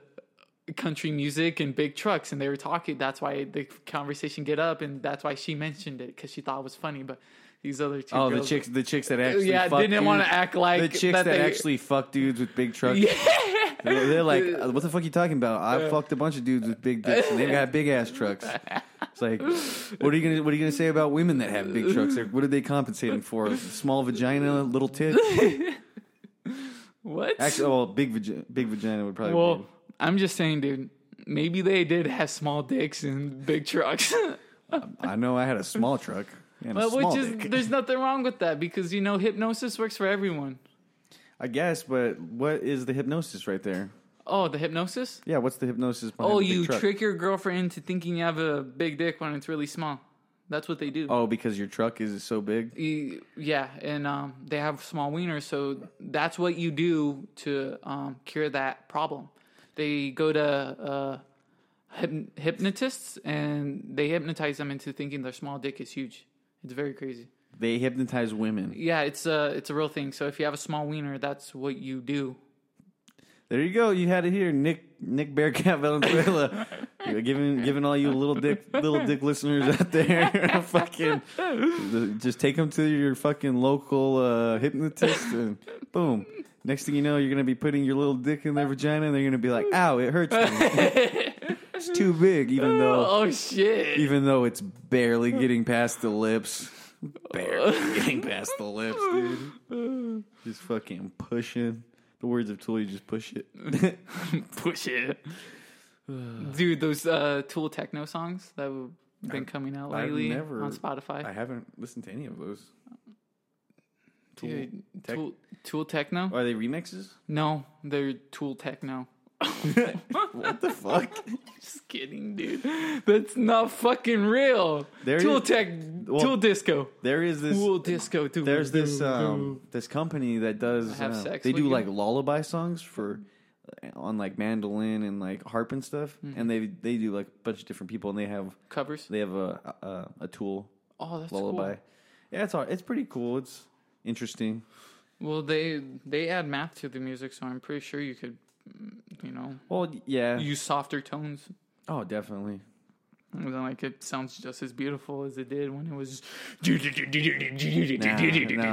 country music and big trucks, and they were talking. That's why the conversation get up, and that's why she mentioned it because she thought it was funny. But these other two,
Oh, the
girls,
chicks, the chicks that actually
yeah,
fuck
didn't want to
dudes-
act like
the chicks
that,
that,
they,
actually fuck dudes with big trucks.
Yeah.
They're, they're like, "Uh, what the fuck you talking about? I fucked a bunch of dudes with big dicks, and they've got big ass trucks. It's like, what are you gonna what are you gonna say about women that have big trucks? They're- What are they compensating for? Small vagina, little tit.
What?
Actually, well, big vagina, big vagina would probably.
well,
be.
I'm just saying, dude. Maybe they did have small dicks and big trucks.
I know I had a small truck and a
But
small
which is
dick.
there's nothing wrong with that because you know hypnosis works for everyone.
I guess, but what is the hypnosis right there?
Oh, the hypnosis?
Yeah, what's the hypnosis? Behind
Oh,
the big
you
truck?
trick your girlfriend into thinking you have a big dick when it's really small. That's what they do.
Oh, because your truck is so big.
You- Yeah, and um, they have small wieners, so that's what you do to um, cure that problem. They go to uh, hyp- hypnotists and they hypnotize them into thinking their small dick is huge. It's very crazy.
They hypnotize women.
Yeah, it's a it's a real thing. So if you have a small wiener, that's what you do.
There you go. You had it here, Nick Nick Bearcat Valenzuela, You're giving giving all you little dick little dick listeners out there, fucking the- just take them to your fucking local uh, hypnotist, and boom. Next thing you know, you're gonna be putting your little dick in their vagina, and they're gonna be like, "Ow, it hurts." Me. it's too big, even though
Oh shit.
even though it's barely getting past the lips. Barely getting past the lips, dude. Just fucking pushing. The words of Tool, you just push it.
push it. Dude, those uh, Tool techno songs that have been coming out
I've
lately
never-
on Spotify.
I haven't listened to any of those. Tool
Dude,
tech-
Tool, Tool techno?
Are they remixes?
No, they're Tool techno.
What the fuck?
Just kidding, dude. That's not fucking real.
There
tool
is-
tech,
well,
tool disco,
There is this.
tool disco. Dude,
There's this um this company that does
Have
um,
sex
they
with
do
you?
like lullaby songs for uh, on like mandolin and like harp and stuff,
Mm-hmm.
and they they do like a bunch of different people, and they have
covers.
they have a a, a tool
Oh, that's
lullaby.
cool.
Yeah, it's all, it's pretty cool. It's interesting.
Well, they they add math to the music, so I'm pretty sure you could, mm, you know,
Well, yeah.
use softer tones
oh, definitely.
And then, like it sounds just as beautiful as it did when it was.
Nah, no,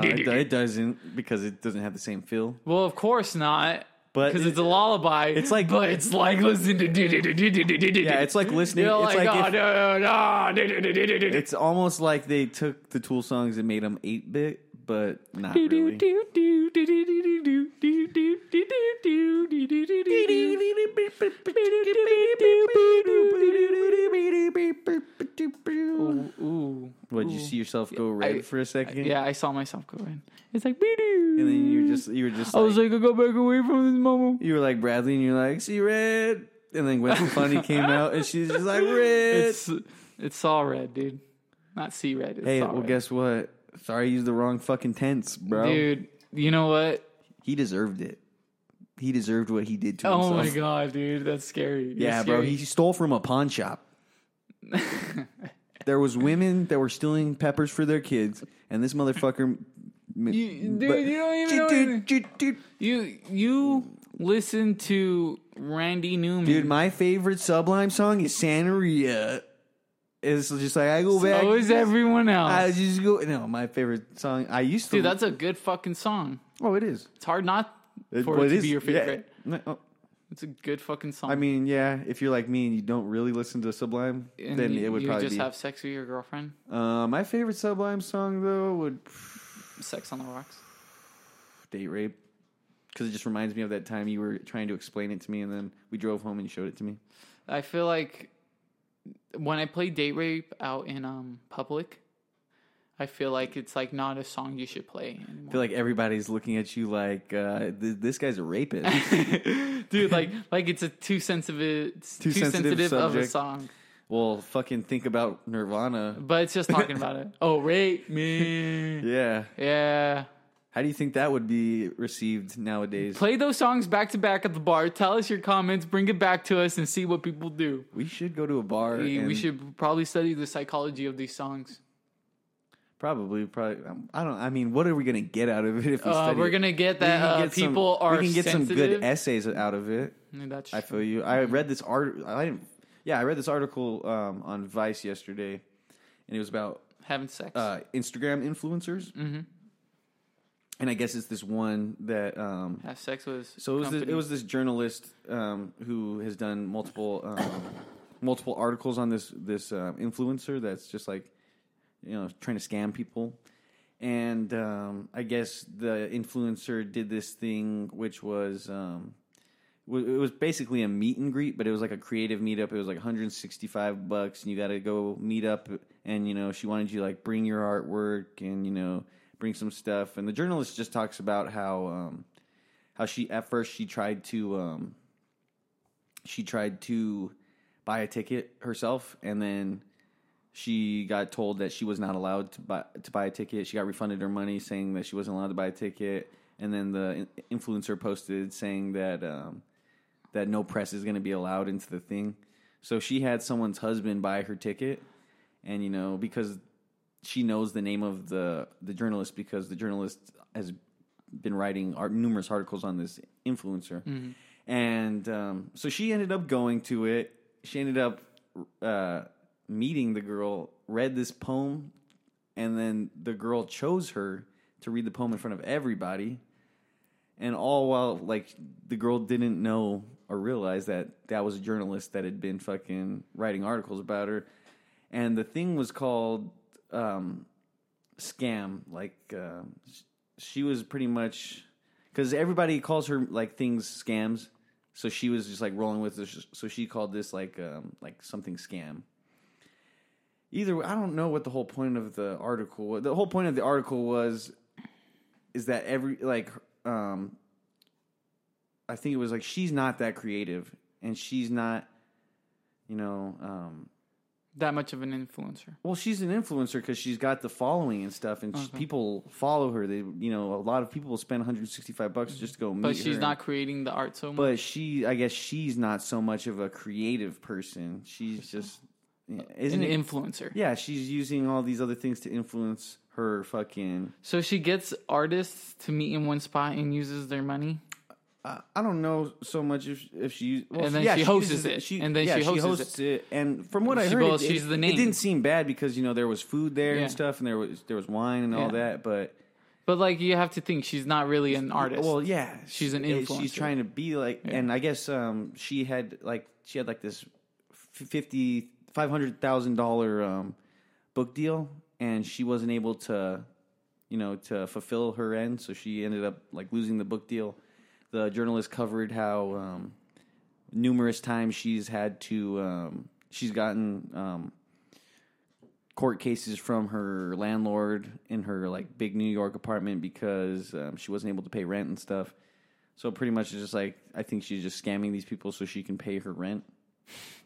it, do- it doesn't because it doesn't have the same feel.
Well, of course not,
But
because it's a lullaby.
it's like-
but it's like listening to.
yeah,
Yeah,
it's like listening.
You're
It's
like,
like
oh,
if-
no, no,
it's almost like they took the Tool songs and made them eight bit, but not
do, do,
really.
do, do, do, do, do, do, do, do, do, do, do, do, do, do, do. Ooh, ooh.
Would you see yourself go red
I-
for a second?
Yeah, I saw myself go in. It's like.
and then you were just you were just.
I
like-
was like, I got back away from this mama.
you were like Bradley, and you're like, "See red," and then when Funny came out, and she's just like, "Red."
It's it's all red, dude. Not sea red. It's
hey,
all
well,
red.
guess what? Sorry, I used the wrong fucking tense, bro.
dude. You know what?
He deserved it. He deserved what he did to
Oh
himself.
my god, dude, that's scary. That's
Yeah, bro.
scary.
He stole from a pawn shop. there was women that were stealing peppers for their kids, and this motherfucker.
You- dude, you don't even know anything. you you listen to Randy Newman.
Dude, my favorite Sublime song is Santeria. It's just like I go back.
so is everyone else,
I just go. No, my favorite song. I used to.
dude. That's a good fucking song.
oh, it is.
It's hard not
It,
for
well,
it,
it
to
is-
be your
yeah.
favorite.
No, oh,
It's a good fucking song.
I mean, yeah. If you're like me and you don't really listen to Sublime,
and
then
you,
it would
you
probably
just
be.
have sex with your girlfriend.
Uh, my favorite Sublime song though would
Sex on the rocks.
date rape because it just reminds me of that time you were trying to explain it to me, and then we drove home and you showed it to me.
I feel like when I play date rape out in um public, I feel like it's like not a song you should play
I
anymore.
feel like everybody's looking at you like uh, th- this guy's a rapist.
Dude, like like it's a too sensitive it's too,
Too sensitive
sensitive, of a
subject.
song.
well, fucking think about Nirvana.
But it's just talking about it. Oh, rape me.
Yeah,
Yeah.
how do you think that would be received nowadays?
Play those songs back to back at the bar. Tell us your comments, bring it back to us and see what people do.
We should go to a bar.
We, we
and
should probably study the psychology of these songs.
Probably, probably. um, I don't. I mean, what are we gonna get out of it if we
Uh,
study?
we're
it?
gonna get
We
that
can
uh,
get some-
people are
We can get
sensitive.
some good essays out of it.
Mm, That's
I feel you. I read this art. I didn't. Yeah, I read this article um, on Vice yesterday, and it was about
having sex.
uh, Instagram influencers.
hmm
And I guess it's this one that. Um,
Have sex with.
so it was, this, it
company.
was this journalist um, who has done multiple um, multiple articles on this this um influencer that's just like you know trying to scam people. And um, I guess the influencer did this thing, which was um, wa- it was basically a meet and greet, but it was like a creative meetup. It was like 165 bucks, and you got to go meet up. And you know, she wanted you like bring your artwork and you know bring some stuff. And the journalist just talks about how um, how she at first she tried to um, she tried to buy a ticket herself, and then she got told that she was not allowed to buy to buy a ticket. She got refunded her money, saying that she wasn't allowed to buy a ticket. And then the in- influencer posted saying that um, that no press is going to be allowed into the thing. So she had someone's husband buy her ticket, and you know because she knows the name of the the journalist because the journalist has been writing art, numerous articles on this influencer, and um, so she ended up going to it. She ended up uh, meeting the girl, read this poem, and then the girl chose her to read the poem in front of everybody, and all while like the girl didn't know or realize that that was a journalist that had been fucking writing articles about her, and the thing was called. Um, scam. Like uh, sh- she was pretty much because everybody calls her like things scams. So she was just like rolling with this. So she called this like um, like something scam. Either way, I don't know what the whole point of the article. was. The whole point of the article was is that every like um, I think it was like she's not that creative and she's not you know um,
that much of an influencer.
well, she's an influencer because she's got the following and stuff, and she, people follow her. They, you know, a lot of people spend 165 bucks just to go meet
Mm-hmm. But she's
her.
not creating the art so much.
But she, I guess, she's not so much of a creative person. She's just, yeah, isn't
an
it?
influencer.
Yeah, she's using all these other things to influence her fucking.
So she gets artists to meet in one spot and uses their money.
I I don't know so much if if she well,
And then
yeah,
she hosts
uses
it. And then
yeah,
she hosts
it. And from what I
She-
heard,
well,
it, it-
she's the
It
name.
didn't seem bad because you know there was food there
Yeah.
and stuff, and there was there was wine and all
Yeah.
that. But
But like you have to think she's not really an artist.
Well, yeah,
She's an
It-
influencer.
She's trying to be like, and I guess um, she had like she had like this f- fifty five hundred thousand dollar um book deal, and she wasn't able to, you know, to fulfill her end, so she ended up like losing the book deal. The journalist covered how um, numerous times she's had to um, she's gotten um, court cases from her landlord in her like big New York apartment because um, she wasn't able to pay rent and stuff. So pretty much it's just like I think she's just scamming these people so she can pay her rent.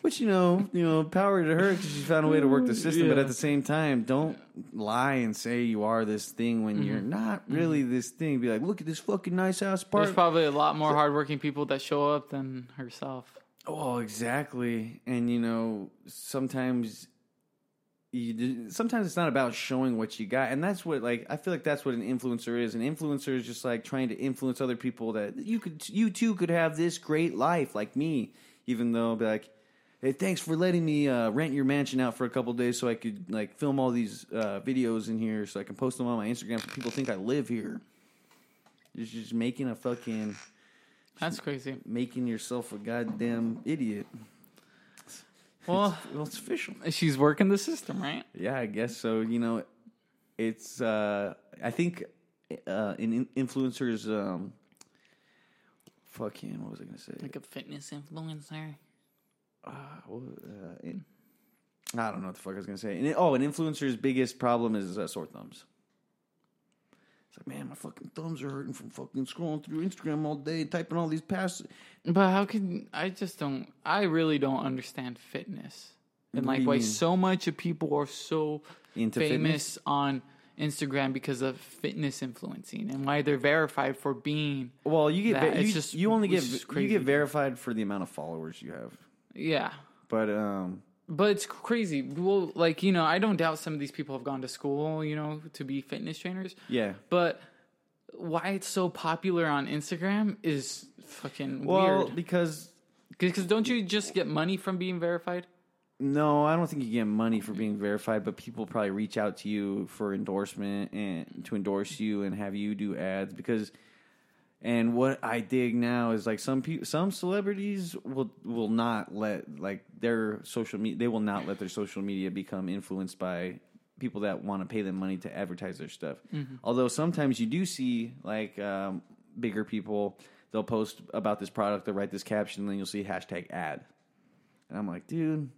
Which you know, you know, power to her because she found a way to work the system. But
Yeah.
at the same time, don't lie and say you are this thing when you're not really this thing. Be like, look at this fucking nice house
There's
apartment.
probably a lot more hardworking people that show up than herself.
Oh, exactly. And you know, sometimes you d- sometimes it's not about showing what you got, and that's what like I feel like that's what an influencer is. An influencer is just like trying to influence other people that you could you too could have this great life like me, even though I'll be like. Hey, thanks for letting me uh, rent your mansion out for a couple days so I could like film all these uh, videos in here so I can post them on my Instagram so people think I live here. It's just making a fucking
That's crazy.
making yourself a goddamn idiot.
Well,
Well, it's official.
she's working the system, right?
Yeah, I guess so. You know, it's. uh I think uh an in- influencer's. um Fucking, what was I gonna say?
Like a fitness influencer.
Ah, what was- uh, in- I don't know what the fuck I was gonna say. And it- oh, an influencer's biggest problem is uh, sore thumbs. It's like, man, my fucking thumbs are hurting from fucking scrolling through Instagram all day, typing all these passes.
But how can I just don't? I really don't understand fitness and
What do
like
you
why
mean?
so much of people are so
Into
famous on Instagram because of fitness influencing and why they're verified for being
Well, you get
that.
ver-
It's
you,
just-
you only
it's
get
just
you
crazy.
get verified for the amount of followers you have.
yeah
But um
but it's crazy. Well, like you know, I don't doubt some of these people have gone to school, you know, to be fitness trainers.
Yeah.
But why it's so popular on Instagram is fucking
Well,
weird.
because
Because don't you just get money from being verified?
no, I don't think you get money for being verified, but people probably reach out to you for endorsement and to endorse you and have you do ads because. And what I dig now is like some people, some celebrities will will not let like their social media. They will not let their social media become influenced by people that want to pay them money to advertise their stuff.
Mm-hmm.
Although sometimes you do see like um, bigger people, they'll post about this product, they'll write this caption, and then you'll see hashtag ad. And I'm like, dude,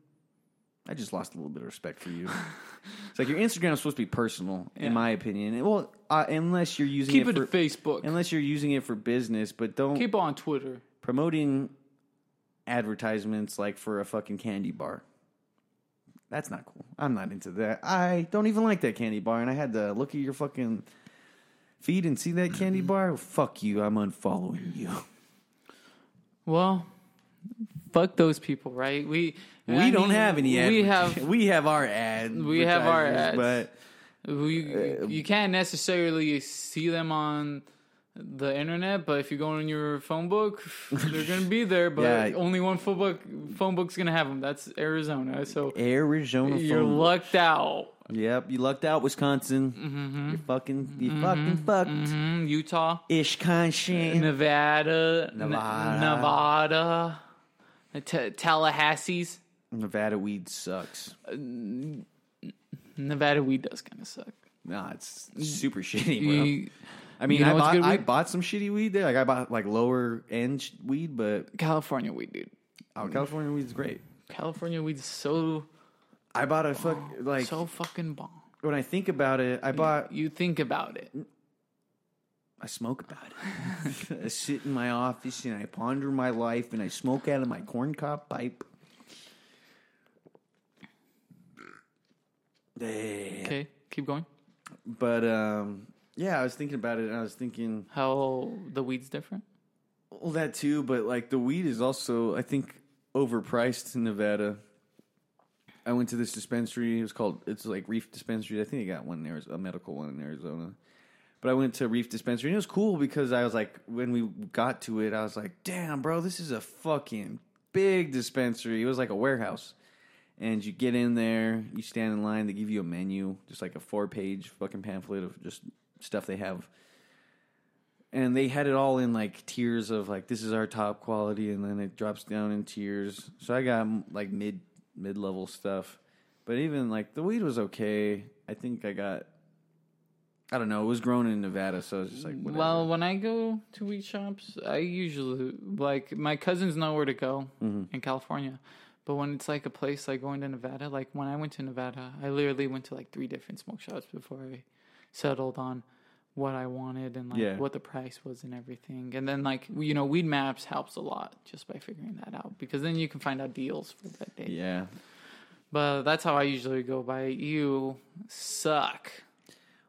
I just lost a little bit of respect for you. it's like your Instagram is supposed to be personal,
Yeah.
in my opinion. And, well, uh, unless you're using
Keep
it
it
for
to Facebook.
unless you're using it for business, but don't
Keep it on Twitter.
promoting advertisements like for a fucking candy bar. That's not cool. I'm not into that. I don't even like that candy bar, and I had to look at your fucking feed and see that candy bar. Fuck you. I'm unfollowing you.
Well, fuck those people, right? We
We don't have any. Adver-
We have
we have our ads.
We have our ads.
but
we,
Uh,
you can't necessarily see them on the internet, but if you go in your phone book, they're gonna be there. But
Yeah.
only one phone book phone book's gonna have them. That's Arizona. So
Arizona.
you're
phone-
lucked out.
Yep, you lucked out, Wisconsin.
Mm-hmm.
You fucking, you fucking fucked.
Mm, Utah,
Ishkanshin.
Nevada, N-
Nevada.
Nevada, T- Tallahassee's.
Nevada weed sucks.
Nevada weed does kind of suck.
Nah, it's super shitty, bro.
You-
I mean,
you know
I,
what's
bought,
good
I
weed?
bought some shitty weed there. Like I bought like lower end sh- weed, but
California weed, dude.
oh,
Mm.
California weed's great.
California weed's so
I bought a fuck like
Oh, so fucking bomb.
when I think about it, I bought
You think about it.
I smoke about it. I sit in my office and I ponder my life and I smoke out of my corn cob pipe. Yeah.
Okay, keep going.
But um yeah, I was thinking about it and I was thinking
How the weed's different?
Well, that too, but like the weed is also, I think, overpriced in Nevada. I went to this dispensary. It was called, it's like Reef Dispensary. I think they got one in Arizona, a medical one in Arizona. But I went to Reef Dispensary and it was cool because I was like, when we got to it, I was like, damn, bro, this is a fucking big dispensary. It was like a warehouse. And you get in there, you stand in line, they give you a menu, just like a four page fucking pamphlet of just stuff they have and they had it all in like tiers of like this is our top quality and then it drops down in tiers so i got mm, like mid mid level stuff but even like the weed was okay i think i got i don't know it was grown in nevada so it's just like whatever.
Well, when I go to weed shops, I usually like my cousins know where to go in California. But when it's like a place like going to Nevada, like when I went to Nevada, I literally went to like three different smoke shops before I settled on what I wanted and like
Yeah.
what the price was and everything. And then like you know, weed maps helps a lot just by figuring that out because then you can find out deals for that day.
yeah
But that's how I usually go by you suck.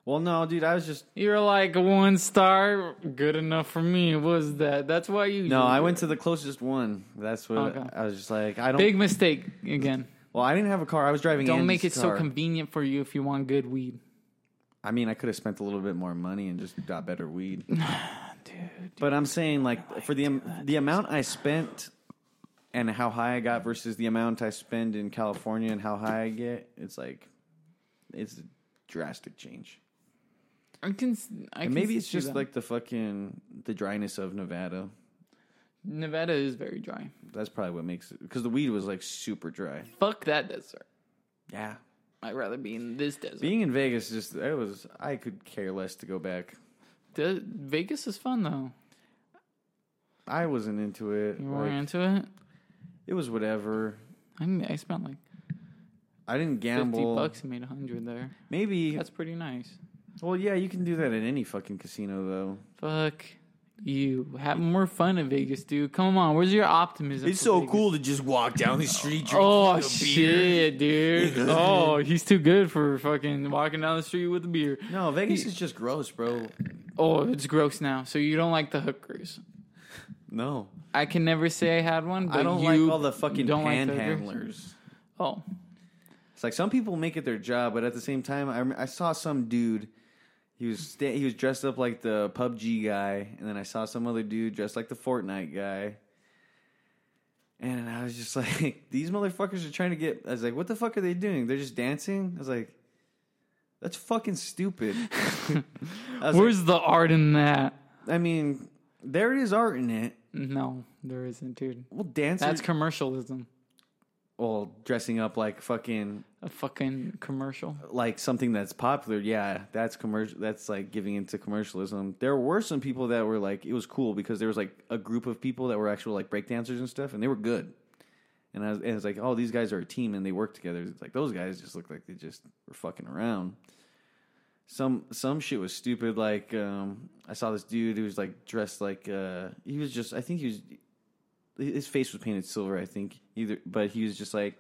well no dude i was just
You're like one star, good enough for me. Was that? That's why you.
no i went to the closest one that's what
Okay.
i was just like i don't
Big mistake again.
well i didn't have a car i was driving
Don't
Andy's
make it so
car.
convenient for you if you want good weed,
i mean i could have spent a little bit more money and just got better weed
dude.
But I'm saying like for the am- the amount I spent and how high I got versus the amount I spend in California and how high I get, it's like it's a drastic change.
I can. s- I
And
can
maybe it's
see
just
that.
like the fucking the dryness of Nevada.
Nevada is very dry.
That's probably what makes it because the weed was like super dry.
Fuck that desert.
Yeah.
I'd rather be in this desert.
Being in Vegas just it was I could care less to go back.
De- Vegas is fun though.
I wasn't into it.
You were
Like,
into it.
it was whatever.
I mean, I spent like
I didn't
fifty
gamble.
bucks and made a hundred there.
Maybe
That's pretty nice.
well yeah, you can do that at any fucking casino though.
Fuck you. Have more fun in Vegas, dude. Come on. Where's your optimism?
It's
for
so
Vegas?
cool to just walk down the street drinking
Oh
a beer.
shit, dude! Oh, he's too good for fucking walking down the street with a beer.
No, Vegas is just gross, bro.
Oh, it's gross now. So you don't like the hookers?
No,
I can never say I had one. But
I don't
you
like all the fucking
don't like the hookers?
panhandlers.
Oh,
It's like some people make it their job, but at the same time, I, rem- I saw some dude. He was sta- he was dressed up like the PUBG guy, and then I saw some other dude dressed like the Fortnite guy. And I was just like, these motherfuckers are trying to get. I was like, what the fuck are they doing? They're just dancing. I was like, that's fucking stupid. I was like,
where's the art in that?
I mean, there is art in it.
No, there isn't, dude.
Well, dancing.
That's commercialism.
well, dressing up like fucking
A fucking commercial.
like something that's popular, yeah, that's commercial. That's like giving into commercialism. There were some people that were like, it was cool because there was like a group of people that were actual like breakdancers and stuff, and they were good. And I was, and it's like, oh, these guys are a team and they work together. It's like those guys just look like they just were fucking around. Some some shit was stupid. Like um, I saw this dude who was like dressed like uh, he was just. I think he was. His face was painted silver, I think. Either, but he was just like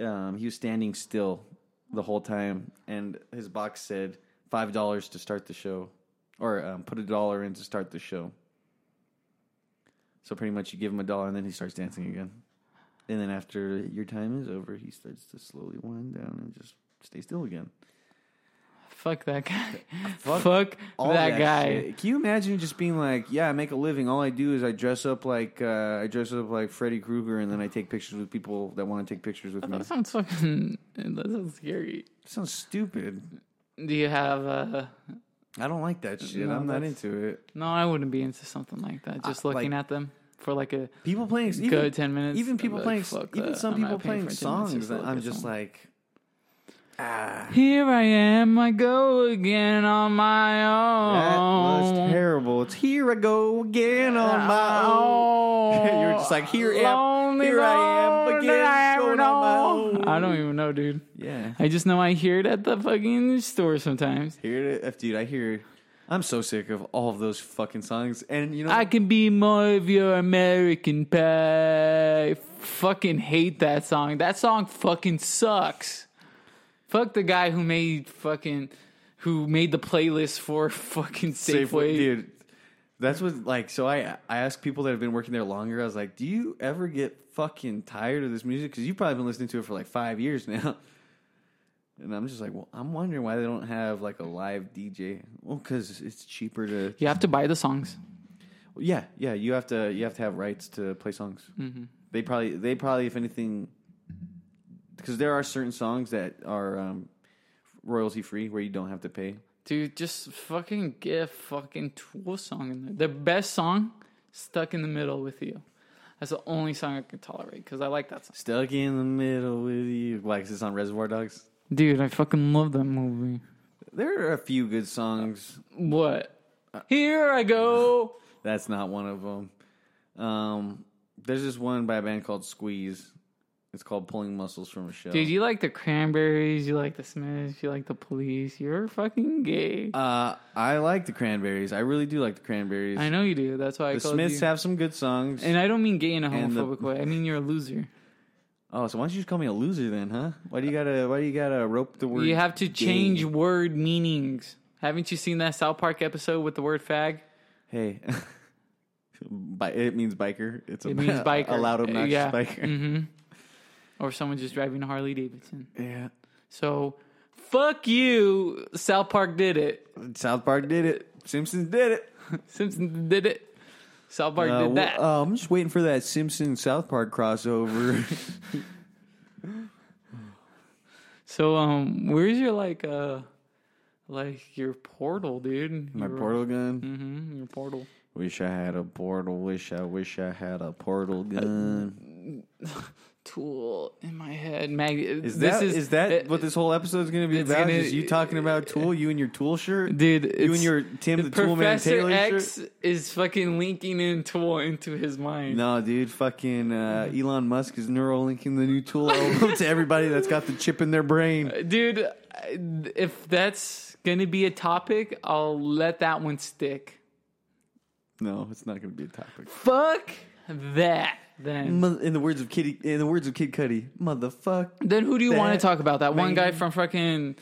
um, he was standing still the whole time, and his box said five dollars to start the show, or um, put a dollar in to start the show. So pretty much, you give him a dollar, and then he starts dancing again. And then after your time is over, he starts to slowly wind down and just stay still again.
Fuck that guy.
Fuck
Fuck, that, guy.
shit. Can you imagine just being like, "Yeah, I make a living. All I do is I dress up like uh, I dress up like Freddy Krueger, and then I take pictures with people that want to take pictures with me."
That sounds fucking. That sounds scary.
sounds stupid.
Do you have Uh,
I don't like that shit.
No,
I'm not
that's-
into it.
no, I wouldn't be into something like that. Just
like-
looking at them for like a
People playing even,
good ten minutes.
even
I'd
people
be like,
playing
"Fuck
even
that.
some
I'm not
people
paying
playing
for 10 minutes
songs.
to
That
look
I'm
at
just
someone."
like, ah,
Here I am, I go again on my
that was
own.
terrible. It's here I go again on my own.
own.
You're just like, "Here am-
Lonely
here I am
lonely
again,
I am
going on my
alone."
own.
I don't even know, dude.
Yeah,
I just know I hear it at the fucking store sometimes.
here it is, dude. I hear. I'm so sick of all of those fucking songs. And you know,
I can be more of your American pie. Fucking hate that song. That song fucking sucks. Fuck the guy who made fucking who made the playlist for fucking Safeway.
dude. That's what like. So I I asked people that have been working there longer. I was like, do you ever get fucking tired of this music? Because you've probably been listening to it for like five years now. And I'm just like, well, I'm wondering why they don't have like a live DJ. Well, because it's cheaper to.
You have to buy the songs.
Yeah, yeah. You have to you have to have rights to play songs. Mm-hmm. They probably they probably if anything, because there are certain songs that are um, royalty free where you don't have to pay.
Dude, just fucking get a fucking Tool song in there. Their best song, Stuck in the Middle with You. That's the only song I can tolerate because I like that song.
Stuck in the middle with you. Like, is this on Reservoir Dogs?
Dude, I fucking love that movie.
There are a few good songs.
What? Here I go.
That's not one of them. Um, there's this one by a band called Squeeze. It's called Pulling Muscles from a Shell.
Dude, you like the cranberries, you like the Smiths, you like the police. You're fucking gay.
uh, I like the Cranberries. I really do like the Cranberries.
I know you do. That's why I
The
called
Smiths
you.
have some good songs.
and I don't mean gay in a
and the-
homophobic way. I mean you're a loser.
oh, so why don't you just call me a loser then, huh? Why do you gotta? Why do you gotta rope the word?
You have to
gay?
change word meanings. Haven't you seen that South Park episode with the word fag?
Hey. Bi- It means biker. It's a,
It means biker.
a loud, obnoxious
Yeah.
biker.
Or someone just driving a Harley Davidson.
Yeah,
So fuck you. South Park did it.
South Park did it. Simpsons did it.
Simpson did it. South Park
Uh,
did that.
well, uh, I'm just waiting for that Simpson South Park crossover.
so um where's your like uh like your portal, dude?
My
Your-
portal gun.
Mhm, your portal.
Wish I had a portal. Wish I wish I had a portal gun.
Tool in my head. Maggie,
Is that is, that
it-
what this whole episode is going to be
It's
about?
gonna-
is you talking about Tool? You and your Tool shirt,
dude?
You
it's-
and your Tim the Tool Man
Professor
Taylor
X
shirt.
is fucking linking in Tool into his mind.
No, dude, fucking uh, Elon Musk is neural linking the new Tool album to everybody that's got the chip in their brain.
Dude, I- if that's gonna be a topic, I'll let that one stick.
No, it's not going to be a topic.
Fuck that. Then,
Mo- In the words of Kitty, in the words of Kid Cudi, motherfuck
then who do you want
That
to talk about? That one
man.
guy from fucking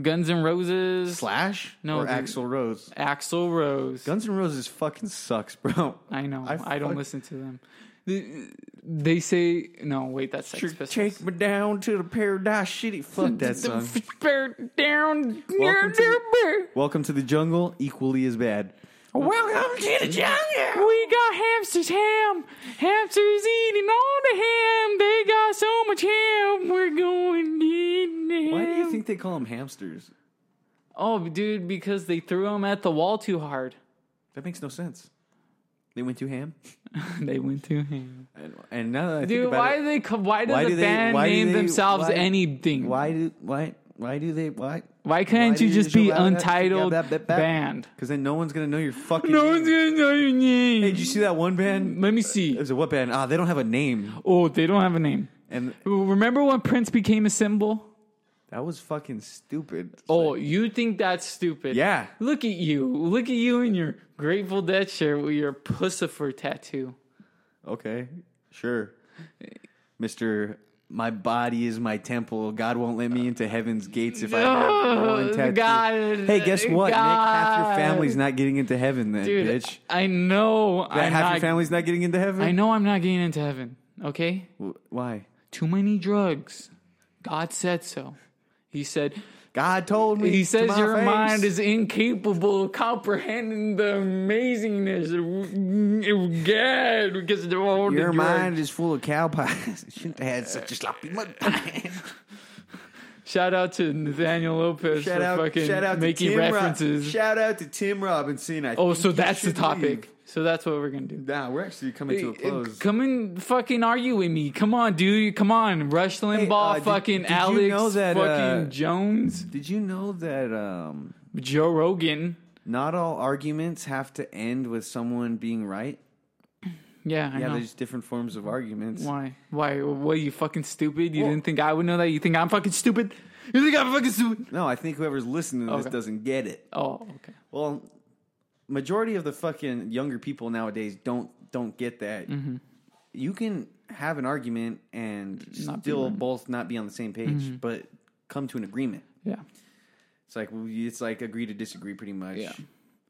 Guns N' Roses,
Slash
No,
or
dude.
Axl Rose.
Axl Rose.
Guns N' Roses fucking sucks, bro.
I know. I,
I
don't
fuck-
listen to them. Th- They say no. Wait, that's Sex
Take-
Pistols.
Take me down to the paradise city. Fuck that song.
Bear down.
Welcome to the, welcome to the jungle, equally as bad.
Welcome to the jungle. We got hamsters ham. Hamsters eating all the ham. They got so much ham. We're going to eat the ham.
Why do you think they call them hamsters?
Oh, dude, because they threw him at the wall too hard.
That makes no sense. They went to ham.
they went too ham.
And, and now that I think
Dude,
about
why
it,
do they? co- Why does
why
the
do they-
band
why do
name
they-
themselves
why-
anything?
why do why why do they why?
Why couldn't you just be untitled band?
Because then no one's gonna know your fucking.
No
name.
one's gonna know your name.
Hey, did you see that one band?
Let me
It
see.
was a what band? Ah, they don't have a name.
Oh, they don't have a name.
And
Remember when Prince became a symbol?
that was fucking stupid. It's
Oh,
like-
you think that's stupid?
yeah.
Look at you. Look at you in your Grateful Dead shirt with your Pussifer tattoo.
Okay. Sure. Mr. My body is my temple. God won't let me into heaven's gates if I have one
Ugh,
tattoo.
God.
Hey, guess what, Nick? Half
God.
your family's not getting into heaven then,
Dude,
bitch.
I know.
That
I'm
half
not,
your family's not getting into heaven?
I know I'm not getting into heaven. Okay?
W- Why?
Too many drugs. God said so. He said,
God told me.
He
to
says
my
your
face.
mind is incapable of comprehending the amazingness mm, of God because of all the
Your
drugs.
mind is full of cow pies. You shouldn't have had such a sloppy mud pie.
Shout out to Nathaniel Lopez
shout
for
out,
fucking
shout out to
making
Tim Rob-
references.
shout out to Tim Robinson. I
oh,
think
so
you
that's the
should
topic.
leave.
So that's what we're gonna do.
Nah, we're actually coming to a close.
Come and fucking argue with me. Come on, dude. Come on, Rush Limbaugh,
uh, did-
fucking
did you
Alex,
know that,
fucking
uh,
Jones,
Did you know that um,
Joe Rogan.
not all arguments have to end with someone being right?
Yeah, I
Yeah,
know.
there's different forms of arguments.
Why? Why? What? You fucking stupid? You
Well-
didn't think I would know that? You think I'm fucking stupid? You think I'm fucking stupid?
No, I think whoever's listening to this
Okay.
doesn't get it.
Oh, okay.
Well, majority of the fucking younger people nowadays don't don't get that.
Mm-hmm.
You can have an argument and
Not be
still
right. Mm-hmm.
both not be on the same page, but come to an agreement.
Yeah.
It's like it's like agree to disagree, pretty much.
Yeah.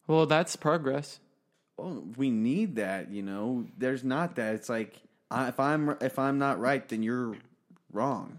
Well, that's progress.
well, we need that, you know. There's not that. It's like I, if I'm if I'm not right, then you're wrong.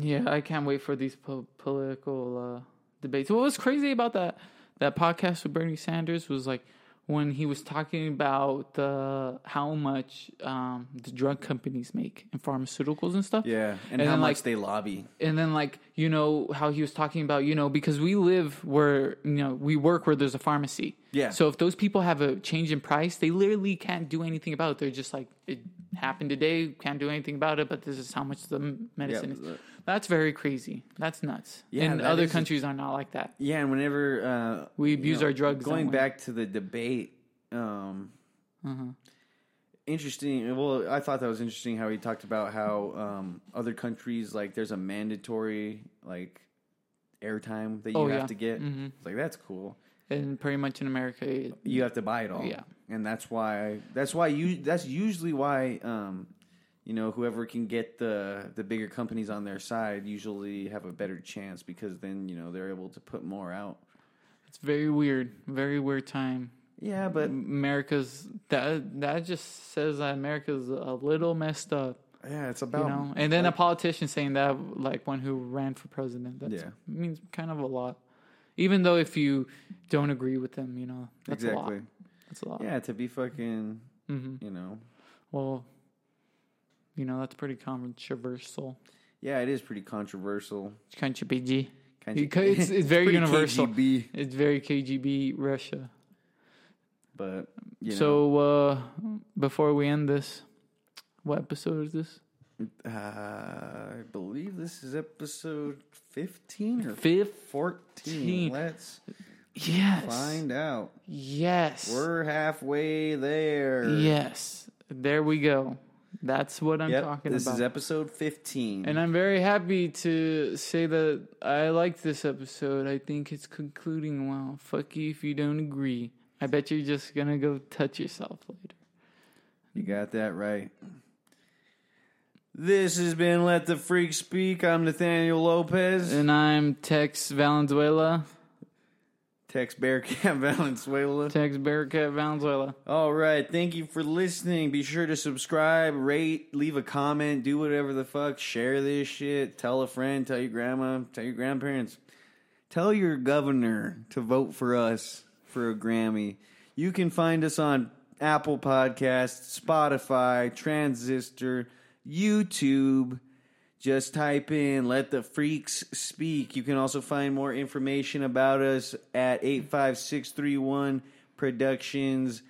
Yeah, I can't wait for these po- political uh, debates. What was crazy about that that podcast with Bernie Sanders was like when he was talking about the how much um, the drug companies make and pharmaceuticals and stuff.
Yeah, and,
And
how
then,
much
like-
they lobby.
and then like you know how he was talking about you know because we live where you know we work where there's a pharmacy
Yeah.
so if those people have a change in price they literally can't do anything about it they're just like it happened today can't do anything about it but this is how much the m- medicine
Yeah,
is
the-
that's very crazy that's nuts
Yeah,
and
that
other
is-
countries are not like that
Yeah, and whenever uh,
We
you
abuse our drugs
Going
that way. Mm-hmm.
back to the debate, um, interesting. Well, I thought that was interesting how he talked about how um, other countries like there's a mandatory like airtime that you
Oh,
have
yeah.
to get. It's like that's cool.
and pretty much in america it-
you have to buy it all.
Yeah.
And that's why that's why you that's usually why um you know whoever can get the the bigger companies on their side usually have a better chance because then you know they're able to put more out.
it's very weird very weird time
Yeah, but
america's that that just says that america's a little messed up
yeah, it's
you
about
know and then a politician saying that like one who ran for president that
Yeah.
means kind of a lot even though if you don't agree with them you know that's a
exactly.
lot Mm-hmm. that's a lot
Yeah, to be fucking you know.
well you know that's pretty controversial
Yeah, it is pretty controversial.
it's kind of KGB.
Kind of-
It- it's, it's very
pretty
universal
KGB,
it's very kgb russia
but you know,
so uh before we end this what episode is this
uh, I believe this is episode 15 or
fifth
14. Let's
yes
find out.
yes
We're halfway there.
yes there we go that's what i'm
Yep,
talking
this
about
is episode 15.
And I'm very happy to say that I liked this episode. I think it's concluding well. Fuck you if you don't agree. I bet you're just gonna go touch yourself later.
you got that right. This has been Let the Freak Speak. I'm Nathaniel Lopez.
And I'm Tex Valenzuela.
Tex Bearcat Valenzuela.
Tex Bearcat Valenzuela.
All right, thank you for listening. Be sure to subscribe, rate, leave a comment, do whatever the fuck, share this shit, tell a friend, tell your grandma, tell your grandparents, tell your governor to vote for us for a Grammy. You can find us on Apple Podcasts, Spotify, Transistor, YouTube. Just type in Let the Freaks Speak. You can also find more information about us at 85631 Productions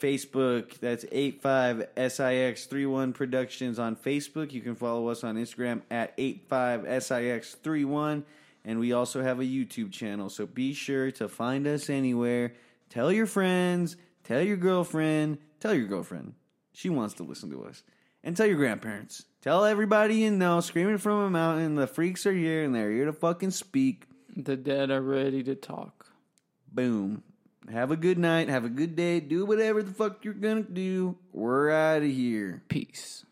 Facebook. That's 85SIX31 Productions on Facebook. You can follow us on Instagram at 85SIX31. And we also have a YouTube channel. So be sure to find us anywhere. Tell your friends, tell your girlfriend, tell your girlfriend. She wants to listen to us. And tell your grandparents. Tell everybody you know, screaming from a mountain, the freaks are here and they're here to fucking speak.
The dead are ready to talk.
Boom. Have a good night. Have a good day. Do whatever the fuck you're gonna do. We're out of here.
Peace.